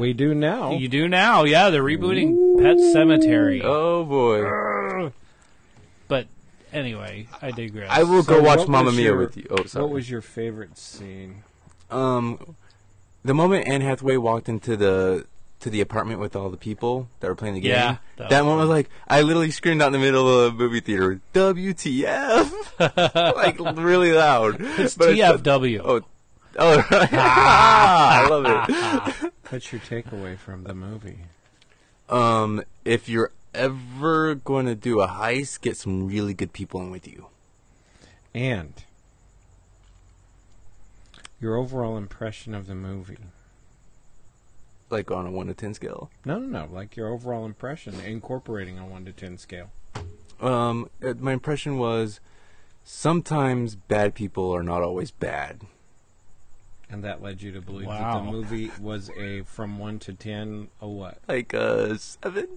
Speaker 4: We do now.
Speaker 2: You do now, yeah. They're rebooting Pet Cemetery.
Speaker 3: Oh boy.
Speaker 4: Uh,
Speaker 2: But anyway, I digress.
Speaker 3: I will
Speaker 4: So
Speaker 3: go watch
Speaker 4: what
Speaker 3: Mamma
Speaker 4: was
Speaker 3: Mia
Speaker 4: your-
Speaker 3: with you. Oh, sorry.
Speaker 4: What was your favorite scene?
Speaker 3: um, the moment Anne Hathaway walked into the to the apartment with all the people that were playing the game,
Speaker 2: Yeah, that
Speaker 3: that,
Speaker 2: was
Speaker 3: one was like, I literally screamed out in the middle of the movie theater, "WTF!" like really loud. It's
Speaker 2: TFW.
Speaker 3: oh, oh, right. I love it.
Speaker 4: What's your takeaway from the movie?
Speaker 3: Um, if you're ever going to do a heist, get some really good people in with you.
Speaker 4: And your overall impression of the movie?
Speaker 3: Like on a one to ten scale.
Speaker 4: No, no, no. Like your overall impression, incorporating a one to ten scale.
Speaker 3: um, uh, my impression was sometimes bad people are not always bad.
Speaker 4: And that led you to believe
Speaker 2: Wow.
Speaker 4: that the movie was a from one to ten, a what?
Speaker 3: Like uh, seven.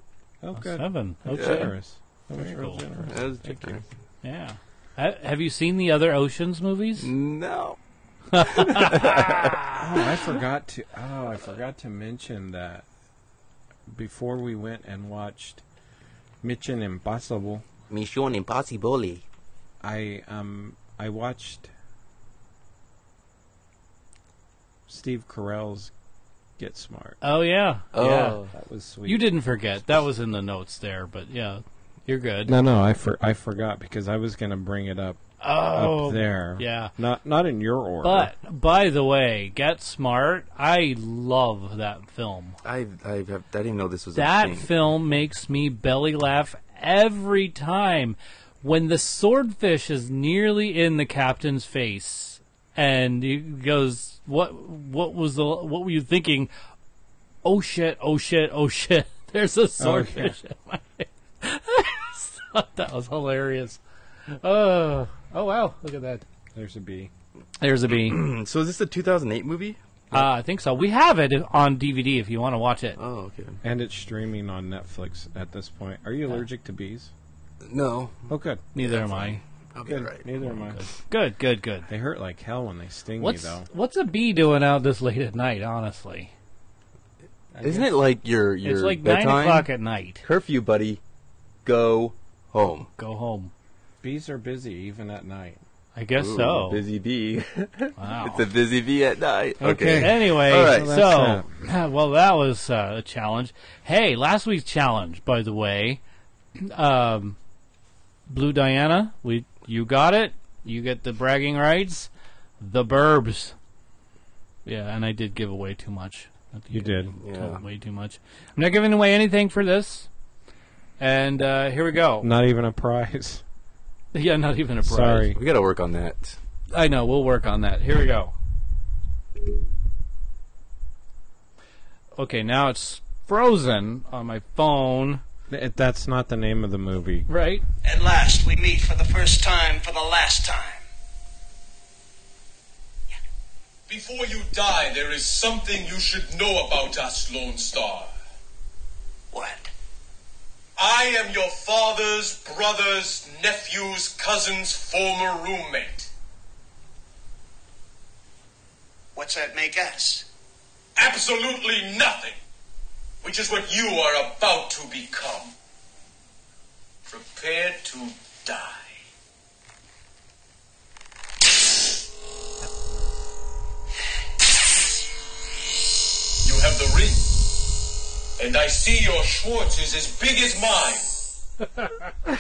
Speaker 4: Oh, good.
Speaker 2: Seven.
Speaker 4: That's
Speaker 2: Okay.
Speaker 4: generous. That was
Speaker 2: Very
Speaker 4: real
Speaker 2: cool.
Speaker 4: generous.
Speaker 3: That was
Speaker 4: Thank you.
Speaker 3: generous.
Speaker 2: Yeah. Ha- Have you seen the other Oceans movies?
Speaker 3: No.
Speaker 4: Oh, I forgot to. Oh, I forgot to mention that before we went and watched Mission Impossible.
Speaker 3: Mission impossible.
Speaker 4: I um I watched Steve Carell's Get Smart.
Speaker 2: Oh yeah. Yeah.
Speaker 3: Oh.
Speaker 4: That was sweet.
Speaker 2: You didn't forget. That was in the notes there, but yeah. You're good.
Speaker 4: No, no, I for, I forgot because I was going to bring it up
Speaker 2: oh
Speaker 4: up there.
Speaker 2: yeah.
Speaker 4: Not not in your order.
Speaker 2: But by the way, Get Smart, I love that film.
Speaker 3: I I, have, I didn't know this was a
Speaker 2: That
Speaker 3: thing.
Speaker 2: film makes me belly laugh every time when the swordfish is nearly in the captain's face and he goes, "What what was the what were you thinking? Oh shit, oh shit, oh shit. There's a swordfish in my face." I just thought that was hilarious. Oh, oh wow, look at that.
Speaker 4: there's a B.
Speaker 2: There's a bee.
Speaker 3: so is this a 2008 movie?
Speaker 2: Uh, I think so. We have it on DVD if you want to watch it.
Speaker 3: Oh, okay.
Speaker 4: And it's streaming on Netflix at this point. Are you allergic to bees?
Speaker 3: No,
Speaker 4: Oh, good.
Speaker 2: Neither am I.
Speaker 3: I'll be
Speaker 4: Good.
Speaker 3: right.
Speaker 4: Neither am I.
Speaker 2: Good, good, good.
Speaker 4: They hurt like hell when they sting
Speaker 2: What's
Speaker 4: you, though.
Speaker 2: what's a bee doing out this late at night? Honestly,
Speaker 3: Isn't it like your your
Speaker 2: it's like
Speaker 3: bedtime?
Speaker 2: nine o'clock at night.
Speaker 3: curfew, buddy? Go home.
Speaker 2: Go home.
Speaker 4: Bees are busy even at night.
Speaker 2: I guess
Speaker 3: Ooh,
Speaker 2: so.
Speaker 3: busy bee.
Speaker 2: Wow.
Speaker 3: it's a busy bee at night. Okay.
Speaker 2: Anyway,
Speaker 3: All right.
Speaker 2: so well, that was uh, a challenge. Hey, last week's challenge, by the way, um, Blue Diana, we you got it. You get the bragging rights, the burbs. Yeah, and I did give away too much.
Speaker 4: You did.
Speaker 3: Yeah.
Speaker 2: Way too much. I'm not giving away anything for this. And uh, here we go.
Speaker 4: Not even a prize.
Speaker 2: Yeah, not even a prize.
Speaker 4: Sorry.
Speaker 3: We got to work on that.
Speaker 2: I know. We'll work on that. Here we go. Okay, now it's frozen on my phone.
Speaker 4: Th- That's not the name of the movie.
Speaker 2: Right?
Speaker 6: At last we meet for the first time for the last time.
Speaker 7: Before you die, there is something you should know about us, Lone Star.
Speaker 6: What?
Speaker 7: I am your father's, brother's, nephew's, cousin's former roommate.
Speaker 6: What's that make us?
Speaker 7: Absolutely nothing, which is what you are about to become. Prepare to die. You have the ring, and I see your Schwartz is as big as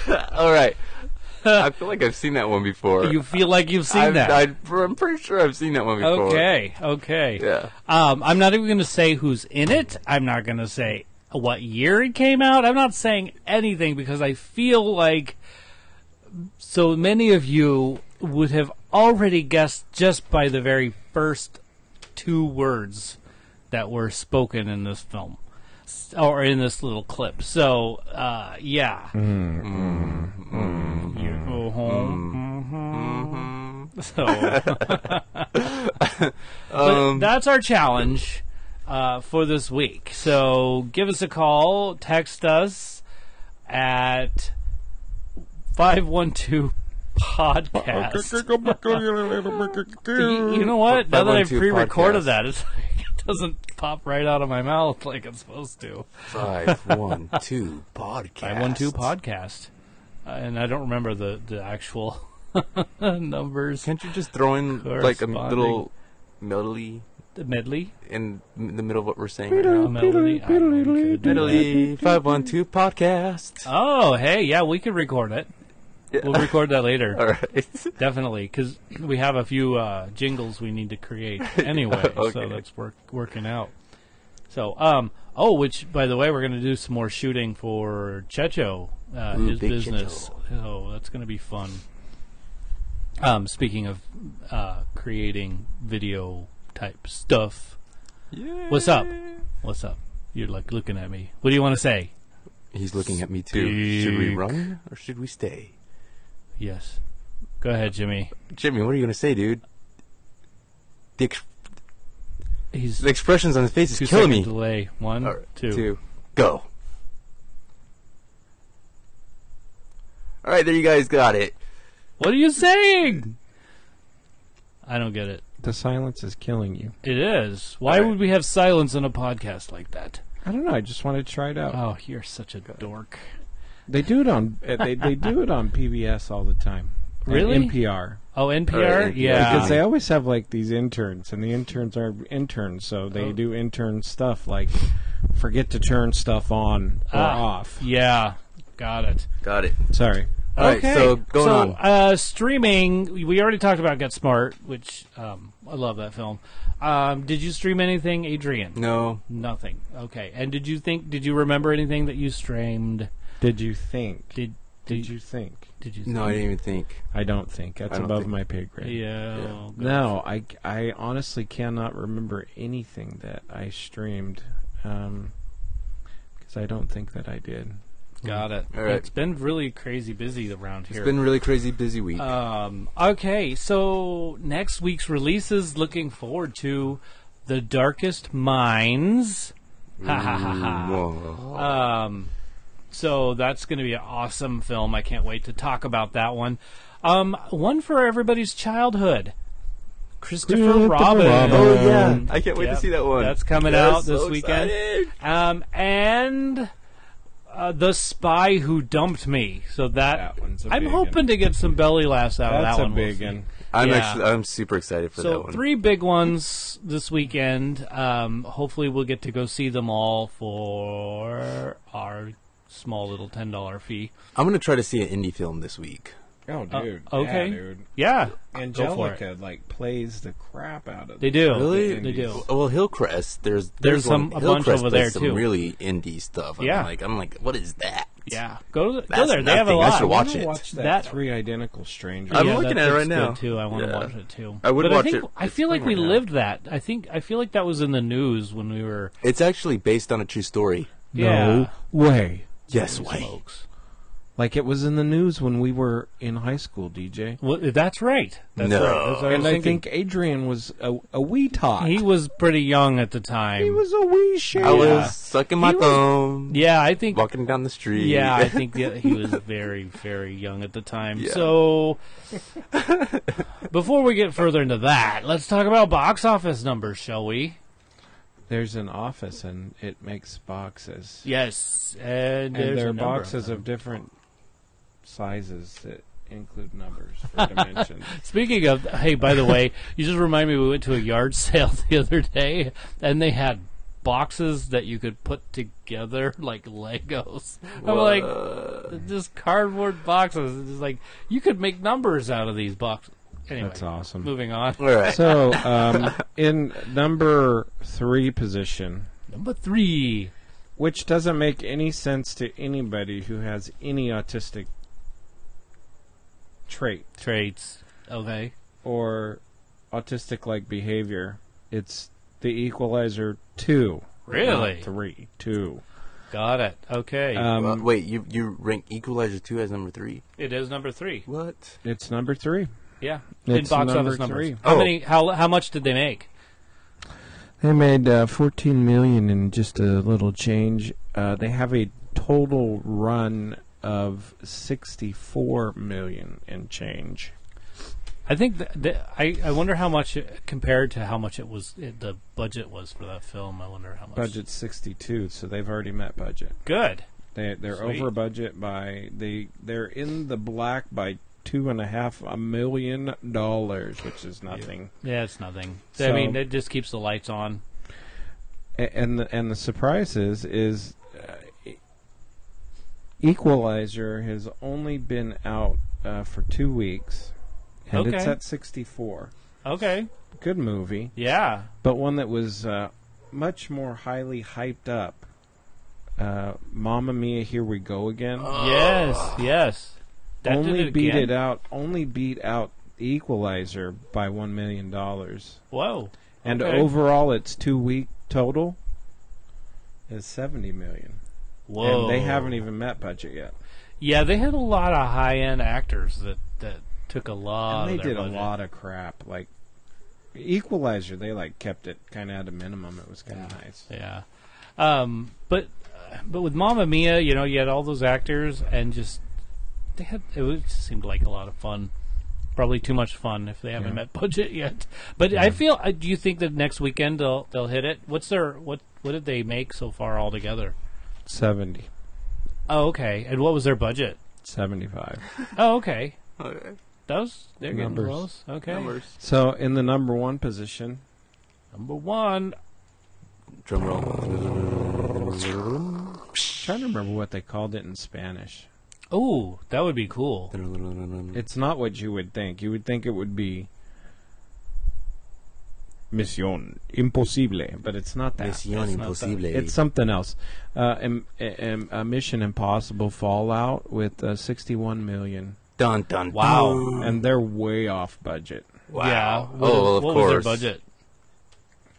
Speaker 7: mine.
Speaker 3: All right. I feel like I've seen that one before.
Speaker 2: You feel like Uh, you've seen
Speaker 3: I've,
Speaker 2: that.
Speaker 3: I, am pretty sure I've seen that one before.
Speaker 2: okay, okay.
Speaker 3: Yeah.
Speaker 2: Um, I'm not even going to say who's in it. I'm not going to say what year it came out. I'm not saying anything because I feel like so many of you would have already guessed just by the very first two words that were spoken in this film S- or in this little clip. So, uh, yeah. You go home. Mhm. So. But that's our challenge uh, for this week. So give us a call, text us at 512 podcast. You know what? Now that I've
Speaker 3: 512
Speaker 2: pre-recorded
Speaker 3: podcast.
Speaker 2: that, it's like, it doesn't pop right out of my mouth like it's supposed to.
Speaker 3: Five one two podcast.
Speaker 2: Five one two podcast, uh, and I don't remember the the actual numbers.
Speaker 3: Can't you just throw in like a
Speaker 2: Corresponding.
Speaker 3: little melody
Speaker 2: The medley,
Speaker 3: in m- the middle of what we're saying right now?
Speaker 2: melody. I don't know, we could do that.
Speaker 3: Melody five one two podcast.
Speaker 2: Oh, hey, yeah, we could record it. We'll record that later.
Speaker 3: All right.
Speaker 2: Definitely, because we have a few uh, jingles we need to create anyway, so
Speaker 3: Okay.
Speaker 2: that's work, working out. So, um, oh, which by the way, we're going to do some more shooting for Checho, uh,
Speaker 3: Ooh,
Speaker 2: his
Speaker 3: big
Speaker 2: business. Oh, that's going to be fun. Um, speaking of uh, creating video type stuff, what's up? What's up? You're like looking at me. What do you want to say?
Speaker 3: He's looking at me too. Should we
Speaker 2: Speak.
Speaker 3: run or should we stay?
Speaker 2: Yes. Go ahead, Jimmy.
Speaker 3: Jimmy, what are you gonna say, dude? The, ex-
Speaker 2: He's
Speaker 3: the expressions on his face is
Speaker 2: two
Speaker 3: killing
Speaker 2: second
Speaker 3: me.
Speaker 2: delay. One,
Speaker 3: All right,
Speaker 2: two.
Speaker 3: go. All right, there you guys got it.
Speaker 2: What are you saying? I don't get it.
Speaker 4: The silence is killing you.
Speaker 2: It is. Why
Speaker 3: Alright.
Speaker 2: would we have silence on a podcast like that?
Speaker 4: I don't know. I just wanted to try it out.
Speaker 2: Oh, you're such a dork.
Speaker 4: They do it on uh, they they do it on PBS all the time. And
Speaker 2: Really?
Speaker 4: NPR.
Speaker 2: Oh, NPR?
Speaker 3: Alright,
Speaker 2: yeah.
Speaker 4: Because they always have like these interns, and the interns are interns, so they do intern stuff like forget to turn stuff on or
Speaker 2: Ah.
Speaker 4: off.
Speaker 2: yeah. Got it.
Speaker 3: Got it.
Speaker 4: Sorry.
Speaker 3: All right,
Speaker 2: okay.
Speaker 3: so going
Speaker 2: So,
Speaker 3: on.
Speaker 2: Uh, streaming. We already talked about Get Smart, which um, I love that film. Um, did you stream anything, Adrian?
Speaker 3: No,
Speaker 2: Nothing. Okay. And did you think? Did you remember anything that you streamed?
Speaker 4: Did you think?
Speaker 2: Did
Speaker 4: Did you think?
Speaker 2: Did you?
Speaker 3: no, I didn't even think.
Speaker 4: I don't think. That's
Speaker 3: I don't
Speaker 4: above
Speaker 3: think-
Speaker 4: my pay grade.
Speaker 2: Yeah. oh, God.
Speaker 4: No, I, I honestly cannot remember anything that I streamed because I don't think that I did.
Speaker 2: Got it.
Speaker 3: All right.
Speaker 2: It's been really crazy busy around here.
Speaker 3: It's been really crazy busy week.
Speaker 2: um, okay, so next week's releases. Looking forward to the Darkest Minds. Ha ha ha
Speaker 4: Mm.
Speaker 2: ha.
Speaker 3: Mm, Whoa.
Speaker 2: Um, so that's going to be an awesome film. I can't wait to talk about that one. Um, one for everybody's childhood. Christopher,
Speaker 4: Christopher
Speaker 2: Robin.
Speaker 4: Robin.
Speaker 3: Oh
Speaker 4: Um,
Speaker 3: yeah, I can't wait
Speaker 2: yeah,
Speaker 3: to see that one.
Speaker 2: That's coming
Speaker 3: Yeah,
Speaker 2: out
Speaker 3: so
Speaker 2: this weekend.
Speaker 3: excited.
Speaker 2: Um, and uh, the spy who dumped me. So that,
Speaker 4: That one's a
Speaker 2: I'm
Speaker 4: big
Speaker 2: hoping
Speaker 4: un.
Speaker 2: to get some belly laughs out
Speaker 4: That's
Speaker 2: of that
Speaker 4: a
Speaker 2: one. We'll
Speaker 4: big
Speaker 2: see.
Speaker 4: Oh, one.
Speaker 3: I'm
Speaker 2: Yeah.
Speaker 3: actually I'm super excited for that
Speaker 2: So
Speaker 3: one.
Speaker 2: three big ones this weekend. Um, hopefully we'll get to go see them all for our small little ten dollar fee.
Speaker 3: I'm gonna try to see an indie film this week.
Speaker 4: Oh,
Speaker 2: Uh,
Speaker 4: dude.
Speaker 2: okay.
Speaker 4: Yeah, dude.
Speaker 2: Yeah, Go for it.
Speaker 4: Angelica like plays the crap out of
Speaker 2: They do.
Speaker 3: Really?
Speaker 2: They do.
Speaker 3: Well, Hillcrest, there's
Speaker 2: Oh. There's
Speaker 3: there's,
Speaker 2: some-
Speaker 3: one,
Speaker 2: a bunch
Speaker 3: Hillcrest
Speaker 2: over
Speaker 3: does
Speaker 2: there,
Speaker 3: some
Speaker 2: too.
Speaker 3: Really indie stuff. I'm
Speaker 2: Yeah.
Speaker 3: like I'm like, what is that?
Speaker 2: Yeah, go to the, go
Speaker 3: That's
Speaker 2: there. They have a
Speaker 3: nothing. I
Speaker 2: lot.
Speaker 3: should watch
Speaker 4: I
Speaker 3: it. Um,
Speaker 4: watched that,
Speaker 2: That-
Speaker 4: Three Identical Strangers.
Speaker 3: I'm
Speaker 2: Yeah,
Speaker 3: looking
Speaker 2: that
Speaker 3: at it
Speaker 2: looks
Speaker 3: right now.
Speaker 2: good, Too, I want to
Speaker 3: Yeah.
Speaker 2: watch it too.
Speaker 3: I would
Speaker 2: but
Speaker 3: watch
Speaker 2: I think,
Speaker 3: it.
Speaker 2: I
Speaker 3: It's
Speaker 2: feel like we
Speaker 3: somewhere now.
Speaker 2: lived that. I think I feel like that was in the news when we were.
Speaker 3: It's actually based on a true story.
Speaker 2: Yeah.
Speaker 4: way.
Speaker 3: Yes,
Speaker 2: Holy
Speaker 3: way.
Speaker 2: smokes.
Speaker 4: Like it was in the news when we were in high school, DJ.
Speaker 2: Well, that's right. That's
Speaker 3: No.
Speaker 2: right. That's what I
Speaker 4: and
Speaker 2: was
Speaker 4: I
Speaker 2: thinking.
Speaker 4: think Adrian was a, a wee tot.
Speaker 2: he was pretty young at the time.
Speaker 4: He was a wee shit.
Speaker 3: I
Speaker 2: Yeah.
Speaker 3: was sucking my
Speaker 2: He was-
Speaker 3: thumb,
Speaker 2: Yeah, I think.
Speaker 3: walking down the street.
Speaker 2: Yeah, I think that he was very, very young at the time.
Speaker 3: Yeah.
Speaker 2: So, before we get further into that, let's talk about box office numbers, shall we?
Speaker 4: There's an office and it makes boxes.
Speaker 2: Yes, and, there's
Speaker 4: and there
Speaker 2: a
Speaker 4: are
Speaker 2: number of
Speaker 4: boxes
Speaker 2: them.
Speaker 4: of, different sizes that include numbers for dimensions.
Speaker 2: Speaking of, hey, by the way, you just remind me we went to a yard sale the other day, and they had boxes that you could put together like Legos. I'm like, just cardboard boxes. It's just like you could make numbers out of these boxes. Anyway,
Speaker 4: That's awesome.
Speaker 2: Moving on.
Speaker 3: All right.
Speaker 4: So, um, in number three position,
Speaker 2: Number three.
Speaker 4: which doesn't make any sense to anybody who has any autistic trait
Speaker 2: traits. Okay.
Speaker 4: or autistic like behavior. It's the equalizer two.
Speaker 2: Really?
Speaker 4: not three. Two.
Speaker 2: Got it. Okay.
Speaker 3: Uh,
Speaker 4: Um,
Speaker 3: wait, you you rank Equalizer two as number three?
Speaker 2: it is number three.
Speaker 3: What?
Speaker 4: it's number three.
Speaker 2: Yeah. In
Speaker 4: It's
Speaker 2: box
Speaker 4: number
Speaker 2: office numbers.
Speaker 4: three.
Speaker 2: How
Speaker 3: Oh.
Speaker 2: many how how much did they make?
Speaker 4: They made uh, 14 million in just a little change. Uh, they have a total run of 64 million in change.
Speaker 2: I think th th I I wonder how much it, compared to how much it was it, the budget was for that film. I wonder how much.
Speaker 4: Budget's 62, so they've already met budget.
Speaker 2: Good.
Speaker 4: They they're
Speaker 2: Sweet.
Speaker 4: over budget by they they're in the black by two and a half a million dollars, which is nothing.
Speaker 2: Yeah, it's nothing. I
Speaker 4: So-
Speaker 2: mean, it just keeps the lights on.
Speaker 4: A- And the, and the surprise is is uh, E- Equalizer has only been out uh, for two weeks, and it's
Speaker 2: Okay.
Speaker 4: at sixty four.
Speaker 2: Okay.
Speaker 4: Good movie,
Speaker 2: Yeah.
Speaker 4: but one that was uh, much more highly hyped up. Uh, Mamma Mia, here we go again.
Speaker 2: Oh, Yes. Yes. That did
Speaker 4: only
Speaker 2: it
Speaker 4: beat
Speaker 2: again?
Speaker 4: it out. Only beat out the Equalizer by one million dollars,
Speaker 2: Whoa.
Speaker 4: and
Speaker 2: Okay.
Speaker 4: overall, its two week total is seventy million.
Speaker 2: Whoa.
Speaker 4: And they haven't even met budget yet.
Speaker 2: Yeah, they had a lot of high end actors that that took a lot.
Speaker 4: and they
Speaker 2: of their
Speaker 4: did
Speaker 2: budget.
Speaker 4: a lot of crap. Like Equalizer, they like kept it kind of at a minimum. It was kind of nice.
Speaker 2: Yeah, um, but but with Mamma Mia, you know, you had all those actors, and just they had it was, just seemed like a lot of fun. Probably too much fun if they haven't
Speaker 4: Yeah.
Speaker 2: met budget yet. But I feel. uh, Do you think that next weekend they'll they'll hit it? What's their what what did they make so far altogether?
Speaker 4: Seventy.
Speaker 2: Oh, okay. And what was their budget?
Speaker 4: 75.
Speaker 2: Oh, okay.
Speaker 3: Okay.
Speaker 2: Those they're
Speaker 4: Numbers.
Speaker 2: getting close. Okay,
Speaker 3: Numbers.
Speaker 4: So in the number one position,
Speaker 2: number one.
Speaker 3: Drum roll.
Speaker 4: trying to remember what they called it in Spanish.
Speaker 2: Oh, that would be cool.
Speaker 4: It's not what you would think. You would think it would be Mission Imposible, but it's not that.
Speaker 3: Misión imposible.
Speaker 4: It's something else. Uh, um, um, uh, Mission Impossible Fallout with uh, 61 million.
Speaker 3: dun dun.
Speaker 2: Wow.
Speaker 3: dun.
Speaker 4: And they're way off budget.
Speaker 3: Wow.
Speaker 2: Yeah.
Speaker 3: Oh,
Speaker 2: What,
Speaker 3: well, of
Speaker 2: what was
Speaker 3: course.
Speaker 2: their budget?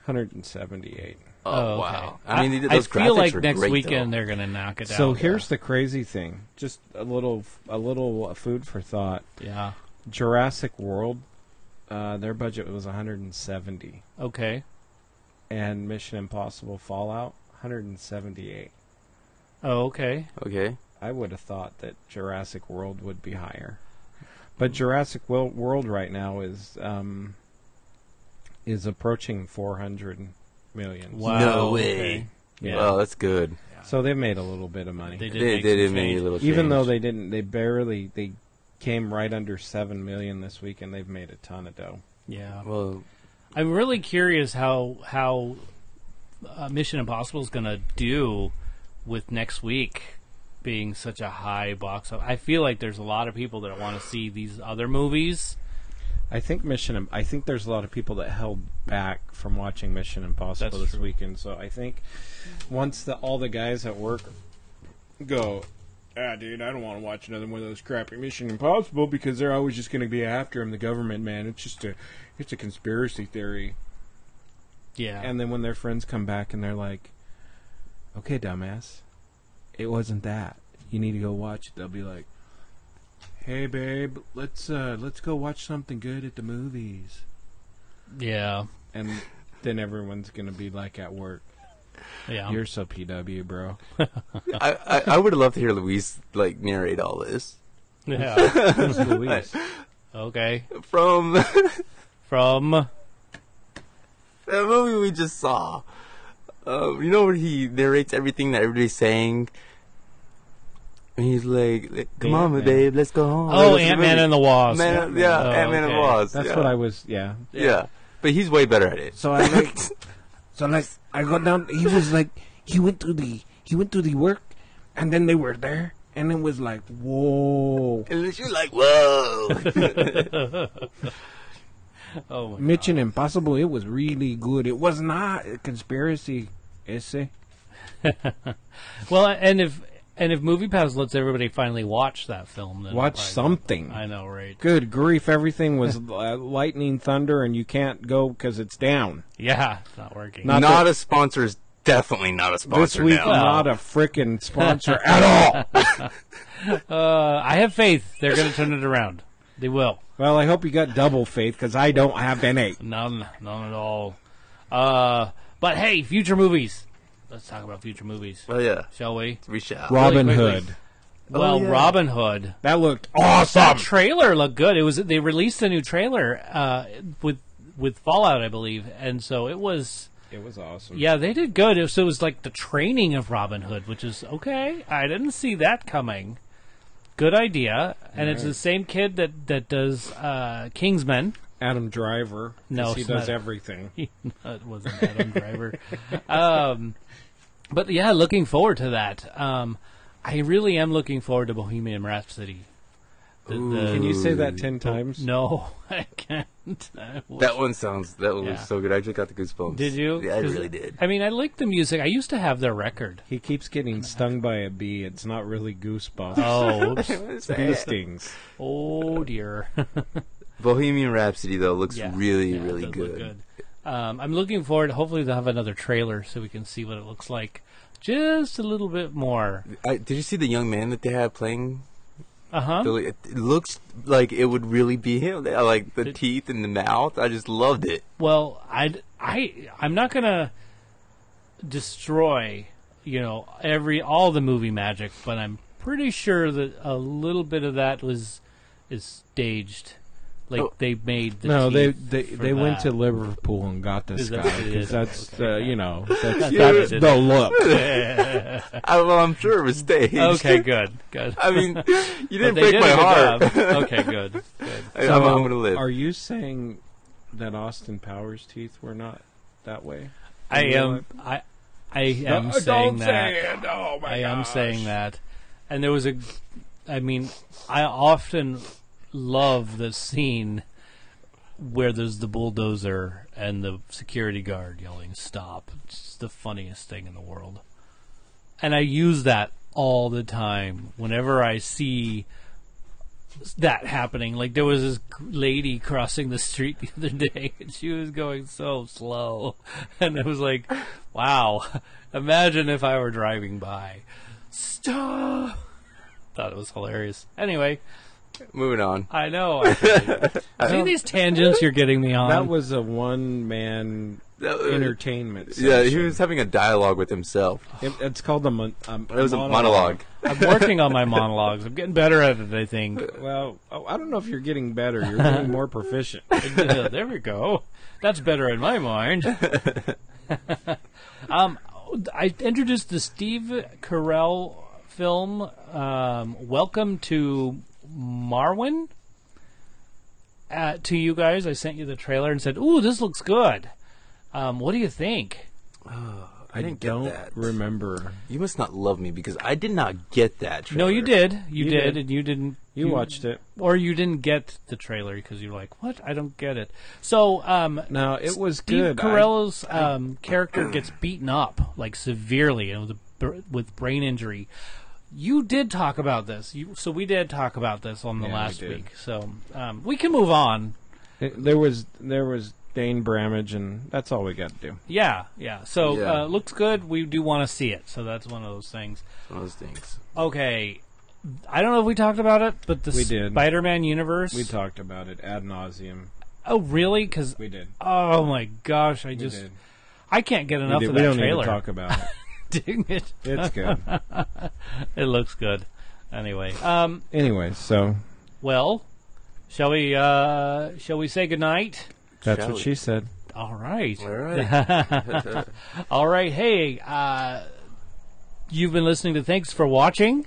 Speaker 4: 178.
Speaker 3: Oh,
Speaker 2: okay.
Speaker 3: wow. I mean, they-
Speaker 2: I
Speaker 3: those graphics
Speaker 2: feel like
Speaker 3: were
Speaker 2: next
Speaker 3: great,
Speaker 2: weekend
Speaker 3: though.
Speaker 2: they're going to knock it out.
Speaker 4: So here's the crazy thing. Just a little a little food for thought.
Speaker 2: yeah.
Speaker 4: Jurassic World uh, their budget was 170
Speaker 2: Okay.
Speaker 4: and Mission Impossible Fallout 178.
Speaker 2: Oh, okay.
Speaker 3: Okay.
Speaker 4: I would have thought that Jurassic World would be higher. But Jurassic Wo- World right now is um, is approaching 400 million.
Speaker 2: Wow.
Speaker 3: No
Speaker 2: okay.
Speaker 3: way.
Speaker 4: Yeah.
Speaker 3: Well, that's good.
Speaker 4: so they made a little bit of money.
Speaker 2: They did.
Speaker 3: They,
Speaker 2: make
Speaker 3: they
Speaker 2: some
Speaker 3: did make
Speaker 2: change.
Speaker 3: a little
Speaker 4: Even
Speaker 3: change.
Speaker 4: though they didn't they barely they came right under 7 million this week and they've made a ton of dough.
Speaker 2: Yeah.
Speaker 3: well,
Speaker 2: I'm really curious how how uh, Mission Impossible is going to do with next week being such a high box. o- I feel like there's a lot of people that want to see these other movies.
Speaker 4: I think Mission. Im- I think there's a lot of people that held back from watching Mission Impossible
Speaker 2: That's
Speaker 4: this
Speaker 2: true.
Speaker 4: weekend. So I think once the all the guys at work go, ah, dude, I don't want to watch another one of those crappy Mission Impossible because they're always just going to be after him. The government, man, it's just a, it's a conspiracy theory.
Speaker 2: Yeah.
Speaker 4: And then when their friends come back and they're like, okay, dumbass, it wasn't that. You need to go watch it. They'll be like, hey, babe, let's uh, let's go watch something good at the movies
Speaker 2: yeah.
Speaker 4: and then everyone's gonna be like at work.
Speaker 2: Yeah.
Speaker 4: You're so PW, bro.
Speaker 3: I, I, I would love to hear Luis like narrate all this
Speaker 2: yeah.
Speaker 4: Who's Luis?
Speaker 2: Okay.
Speaker 3: from that
Speaker 2: From
Speaker 3: movie we just saw. Um, you know where he narrates everything that everybody's saying. And he's like, like, "Come on,
Speaker 4: Ant-Man.
Speaker 3: babe, let's go home."
Speaker 2: Oh,
Speaker 3: Let's go to
Speaker 2: Ant Man
Speaker 3: movie."
Speaker 2: and the Wasp.
Speaker 3: Man, yeah,
Speaker 2: Oh,
Speaker 3: Ant Man
Speaker 2: okay.
Speaker 3: and Wasp.
Speaker 4: That's
Speaker 3: yeah.
Speaker 4: what I was. Yeah.
Speaker 3: Yeah. but he's way better at it.
Speaker 8: So I like, so like, I got down. He was like, he went through the, he went through the work, and then they were there, and it was like, whoa,
Speaker 3: And she's like, "Whoa!"
Speaker 2: Oh my.
Speaker 8: Mission Impossible. It was really good. It was not a conspiracy essay.
Speaker 2: Well, and if and if Movie Pass lets everybody finally watch that film, then
Speaker 4: Watch
Speaker 2: probably-
Speaker 4: something.
Speaker 2: I know, right?
Speaker 4: Good grief! Everything was uh, lightning, thunder, and you can't go because it's down.
Speaker 2: Yeah, it's not working.
Speaker 3: not
Speaker 4: Not
Speaker 3: a sponsor is definitely not a sponsor
Speaker 4: This week,
Speaker 3: now.
Speaker 4: not a frickin' sponsor at all.
Speaker 2: Uh, I have faith they're going to turn it around. They will.
Speaker 4: Well, I hope you got double faith because I don't have any.
Speaker 2: None, none at all. Uh, but hey, future movies. Let's talk about future movies,
Speaker 3: Oh yeah,
Speaker 2: shall we?
Speaker 3: we shall.
Speaker 4: Robin
Speaker 2: quickly.
Speaker 4: Hood.
Speaker 2: Well,
Speaker 3: yeah.
Speaker 2: Robin Hood.
Speaker 4: That looked Oh, awesome.
Speaker 2: That trailer looked good. It was they released a new trailer uh, with with Fallout, I believe, and so it was.
Speaker 4: It was awesome.
Speaker 2: Yeah, they did good. It was, it was like the training of Robin Hood, which is okay. I didn't see that coming. Good idea, and it's the same kid that that does uh, Kingsman.
Speaker 4: Adam Driver. 'cause
Speaker 2: No,
Speaker 4: he
Speaker 2: it's
Speaker 4: does
Speaker 2: not.
Speaker 4: everything.
Speaker 2: No, Uh, it wasn't Adam Driver. um, but yeah, looking forward to that. Um, I really am looking forward to Bohemian Rhapsody. The- the-
Speaker 4: Can you say that
Speaker 2: Oh,
Speaker 4: ten times?
Speaker 2: No, I can't. I wish-
Speaker 3: That one sounds that one
Speaker 2: Yeah.
Speaker 3: was so good. I actually got the goosebumps.
Speaker 2: did you?
Speaker 3: Yeah, I
Speaker 2: 'Cause-
Speaker 3: really did.
Speaker 2: I mean, I like the music. I used to have their record.
Speaker 4: He keeps getting stung by a bee. It's not really goosebumps.
Speaker 2: Oh, oops.
Speaker 4: It's bee stings.
Speaker 2: oh dear.
Speaker 3: Bohemian Rhapsody though looks
Speaker 2: Yeah.
Speaker 3: really,
Speaker 2: Yeah, it
Speaker 3: really
Speaker 2: does look
Speaker 3: good.
Speaker 2: good. Um, I'm looking forward. Hopefully, they'll have another trailer so we can see what it looks like. Just a little bit more.
Speaker 3: I, did you see the young man that they had playing?
Speaker 2: Uh huh.
Speaker 3: The- It, it looks like it would really be him. They- uh, Like the
Speaker 2: Did-
Speaker 3: teeth and the mouth. I just loved it.
Speaker 2: Well, I I I'm not gonna destroy you know every all the movie magic, but I'm pretty sure that a little bit of that was is staged. Like
Speaker 3: Oh.
Speaker 2: they made the
Speaker 4: No, they
Speaker 2: teeth
Speaker 4: they,
Speaker 2: for
Speaker 4: they went to
Speaker 2: that.
Speaker 4: Liverpool and got this
Speaker 2: Is
Speaker 4: guy
Speaker 2: that what it
Speaker 4: because
Speaker 2: is?
Speaker 4: that's
Speaker 2: Okay.
Speaker 4: uh, you know that's,
Speaker 3: Yeah.
Speaker 4: that's the look.
Speaker 3: I, well, I'm sure it was staged.
Speaker 2: okay, good, good.
Speaker 3: I mean, you
Speaker 2: But
Speaker 3: didn't
Speaker 2: they
Speaker 3: break
Speaker 2: did
Speaker 3: my
Speaker 2: a good
Speaker 3: heart.
Speaker 2: job. okay, good. good.
Speaker 3: I, am I'm gonna live.
Speaker 4: Are you saying that Austin Powers' teeth were not that way?
Speaker 2: I
Speaker 4: You know
Speaker 2: am I I am saying that.
Speaker 4: it. Oh my
Speaker 2: I am saying that. And there was a, I mean, I often love the scene where there's the bulldozer and the security guard yelling "Stop!" It's the funniest thing in the world. And I use that all the time whenever I see that happening. Like there was this g- lady crossing the street the other day, and she was going so slow, and I was like, "Wow, imagine if I were driving by." Stop! Thought it was hilarious. Anyway,
Speaker 3: Moving on.
Speaker 2: I know. I- See these tangents you're getting me on.
Speaker 4: That was a one man
Speaker 3: That was-
Speaker 4: entertainment.
Speaker 3: Yeah, he
Speaker 4: section.
Speaker 3: was having a dialogue with himself.
Speaker 4: It, it's called a, mon- um,
Speaker 3: It was a monologue.
Speaker 2: I'm working on my monologues. I'm getting better at it. I think.
Speaker 4: Well, oh, I don't know if you're getting better. You're getting more proficient.
Speaker 2: Yeah, there we go. That's better in my mind. um, I introduced the Steve Carell film, um, Welcome to Marwin, uh, to you guys. I sent you the trailer and said, Ooh, this looks good. Um, what do you think?
Speaker 3: I didn't get
Speaker 4: don't
Speaker 3: that.
Speaker 4: remember.
Speaker 3: You must not love me because I did not get that. Trailer.
Speaker 2: No, you did. You,
Speaker 4: You
Speaker 2: did,
Speaker 4: did.
Speaker 2: and you didn't.
Speaker 4: You watched it.
Speaker 2: Or you didn't get the trailer because you were like, what? I don't get it. So, um,
Speaker 4: No, it was
Speaker 2: Steve
Speaker 4: good. I-
Speaker 2: Carell's um, character gets beaten up like severely and with, a br- with brain injury. You did talk about this, you, so we did talk about this on the
Speaker 4: Yeah, we
Speaker 2: last
Speaker 4: did.
Speaker 2: week. So um, we can move on.
Speaker 4: It- there was there was Dane Bramage, and that's all we got to do.
Speaker 2: Yeah, yeah. So
Speaker 3: Yeah.
Speaker 2: Uh, looks good. We do want to see it. So that's one of those things.
Speaker 3: Those things.
Speaker 2: Okay, I don't know if we talked about it, but the
Speaker 4: We did.
Speaker 2: Spider-Man universe.
Speaker 4: We talked about it ad nauseum.
Speaker 2: Oh, really? Because
Speaker 4: We did.
Speaker 2: oh my gosh, I
Speaker 4: We
Speaker 2: just
Speaker 4: did.
Speaker 2: I can't get
Speaker 4: We,
Speaker 2: enough
Speaker 4: did.
Speaker 2: of
Speaker 4: we
Speaker 2: that
Speaker 4: don't
Speaker 2: trailer.
Speaker 4: need to talk about it.
Speaker 2: Dang it.
Speaker 4: It's good.
Speaker 2: It looks good. Anyway, um,
Speaker 4: anyway, so
Speaker 2: Well, shall we uh shall we say goodnight?
Speaker 4: that's
Speaker 3: Shall
Speaker 4: what
Speaker 3: we?
Speaker 4: she said.
Speaker 2: All right.
Speaker 3: All right.
Speaker 2: All right. Hey, uh you've been listening to Thanks for Watching.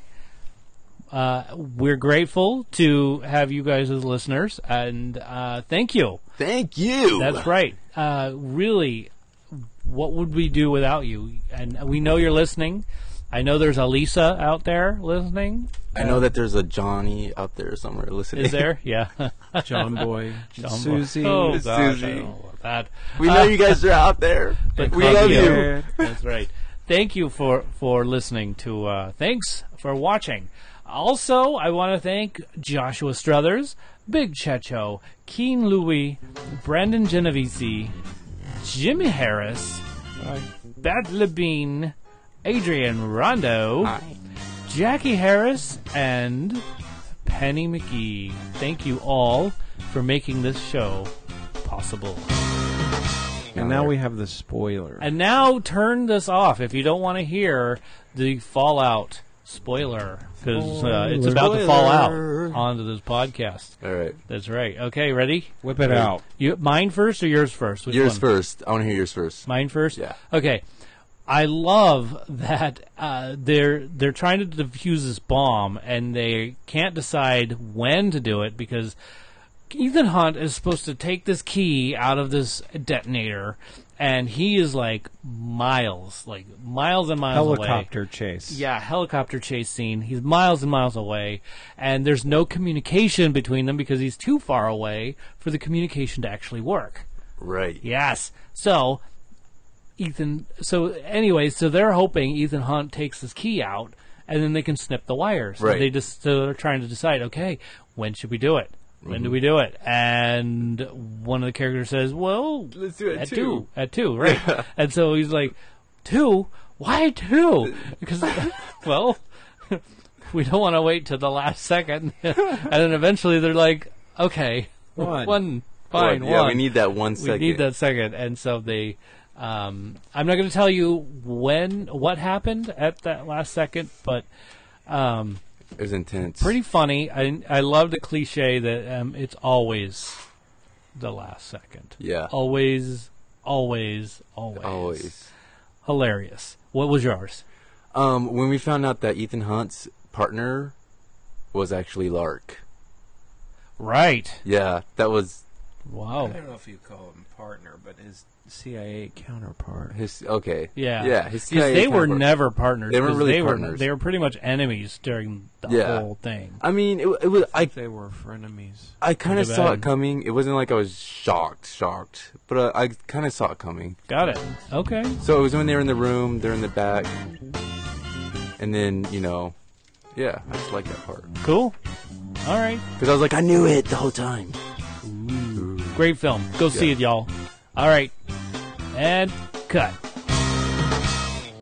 Speaker 2: Uh we're grateful to have you guys as listeners and uh thank you.
Speaker 3: Thank you.
Speaker 2: That's right. Uh, really, what would we do without you? And we know you're listening. I know there's Elisa out there listening.
Speaker 3: I know that there's a Johnny out there somewhere listening.
Speaker 2: Is there? Yeah.
Speaker 4: John Boy,
Speaker 2: John Boy.
Speaker 4: Susie,
Speaker 2: Oh,
Speaker 3: Susie.
Speaker 2: gosh, I don't know about that.
Speaker 3: We
Speaker 2: Uh,
Speaker 3: know you guys are out there.
Speaker 2: But
Speaker 3: we
Speaker 2: fuck
Speaker 3: love
Speaker 2: you.
Speaker 3: you.
Speaker 4: Eric.
Speaker 2: That's right. Thank you for for listening to. Uh, thanks for watching. Also, I want to thank Joshua Struthers, Big Checho, Keen Louie, Brandon Genovese, Jimmy Harris, Bat Labine, Adrian Rondo, Jackie Harris, and Penny McGee. Thank you all for making this show possible.
Speaker 4: and now we have the spoiler.
Speaker 2: And now turn this off if you don't want to hear the Fallout spoiler because uh, it's about to fall out
Speaker 3: Spoiler.
Speaker 2: onto this podcast.
Speaker 3: All right.
Speaker 2: That's right. Okay, ready?
Speaker 4: Whip it out.
Speaker 2: You mine first or yours first? Which
Speaker 3: Yours
Speaker 2: one?
Speaker 3: first. I want to hear yours first.
Speaker 2: Mine first.
Speaker 3: Yeah.
Speaker 2: Okay. I love that uh, they're they're trying to defuse this bomb and they can't decide when to do it because Ethan Hunt is supposed to take this key out of this detonator and he is like miles, like miles and miles away.
Speaker 4: Helicopter chase.
Speaker 2: Yeah, helicopter chase scene. He's miles and miles away, and there's no communication between them because he's too far away for the communication to actually work.
Speaker 3: Right.
Speaker 2: Yes. So Ethan so anyway, so they're hoping Ethan Hunt takes his key out and then they can snip the wires. So
Speaker 3: Right.
Speaker 2: They just so they're trying to decide, okay, when should we do it? When
Speaker 3: Mm-hmm.
Speaker 2: do we do it? And one of the characters says, Well
Speaker 3: Let's do it at
Speaker 2: at two.
Speaker 3: two."
Speaker 2: At two, right. And so he's like, Two? Why two? Because well we don't want to wait till the last second. and then eventually they're like, Okay,
Speaker 4: One.
Speaker 2: one fine,
Speaker 3: Yeah, we
Speaker 2: one
Speaker 3: need that one
Speaker 2: we
Speaker 3: second.
Speaker 2: need that second and so they um, i'm not going to tell you when what happened at that last second but um,
Speaker 3: It was intense.
Speaker 2: pretty funny i, I love the cliche that um, it's always the last second
Speaker 3: Yeah.
Speaker 2: always always always
Speaker 3: Always.
Speaker 2: hilarious what was yours
Speaker 3: Um, when we found out that Ethan Hunt's partner was actually Lark.
Speaker 2: right
Speaker 3: Yeah, that was
Speaker 2: wow
Speaker 4: I don't know if you call him partner, but his CIA counterpart.
Speaker 3: his. Okay.
Speaker 2: yeah
Speaker 3: Yeah. His
Speaker 2: 'Cause
Speaker 3: CIA
Speaker 2: they were
Speaker 3: counterpart.
Speaker 2: never partners
Speaker 3: They weren't
Speaker 2: 'cause
Speaker 3: really
Speaker 2: they were
Speaker 3: partners.
Speaker 2: they were pretty much enemies during the
Speaker 3: Yeah.
Speaker 2: whole thing
Speaker 3: I mean, it, it was. I
Speaker 4: They were frenemies.
Speaker 3: I kind of
Speaker 2: Too
Speaker 3: saw
Speaker 2: bad.
Speaker 3: it coming. It wasn't like I was shocked, shocked, but uh, I kind of saw it coming.
Speaker 2: got it
Speaker 3: Mm-hmm.
Speaker 2: okay
Speaker 3: So it was when they were in the room, they're in the back, and then you know, yeah, I just like that part
Speaker 2: cool all right
Speaker 3: because I was like, I knew it the whole time.
Speaker 2: Great film. Go see
Speaker 3: Yeah.
Speaker 2: it, y'all. All right. And cut.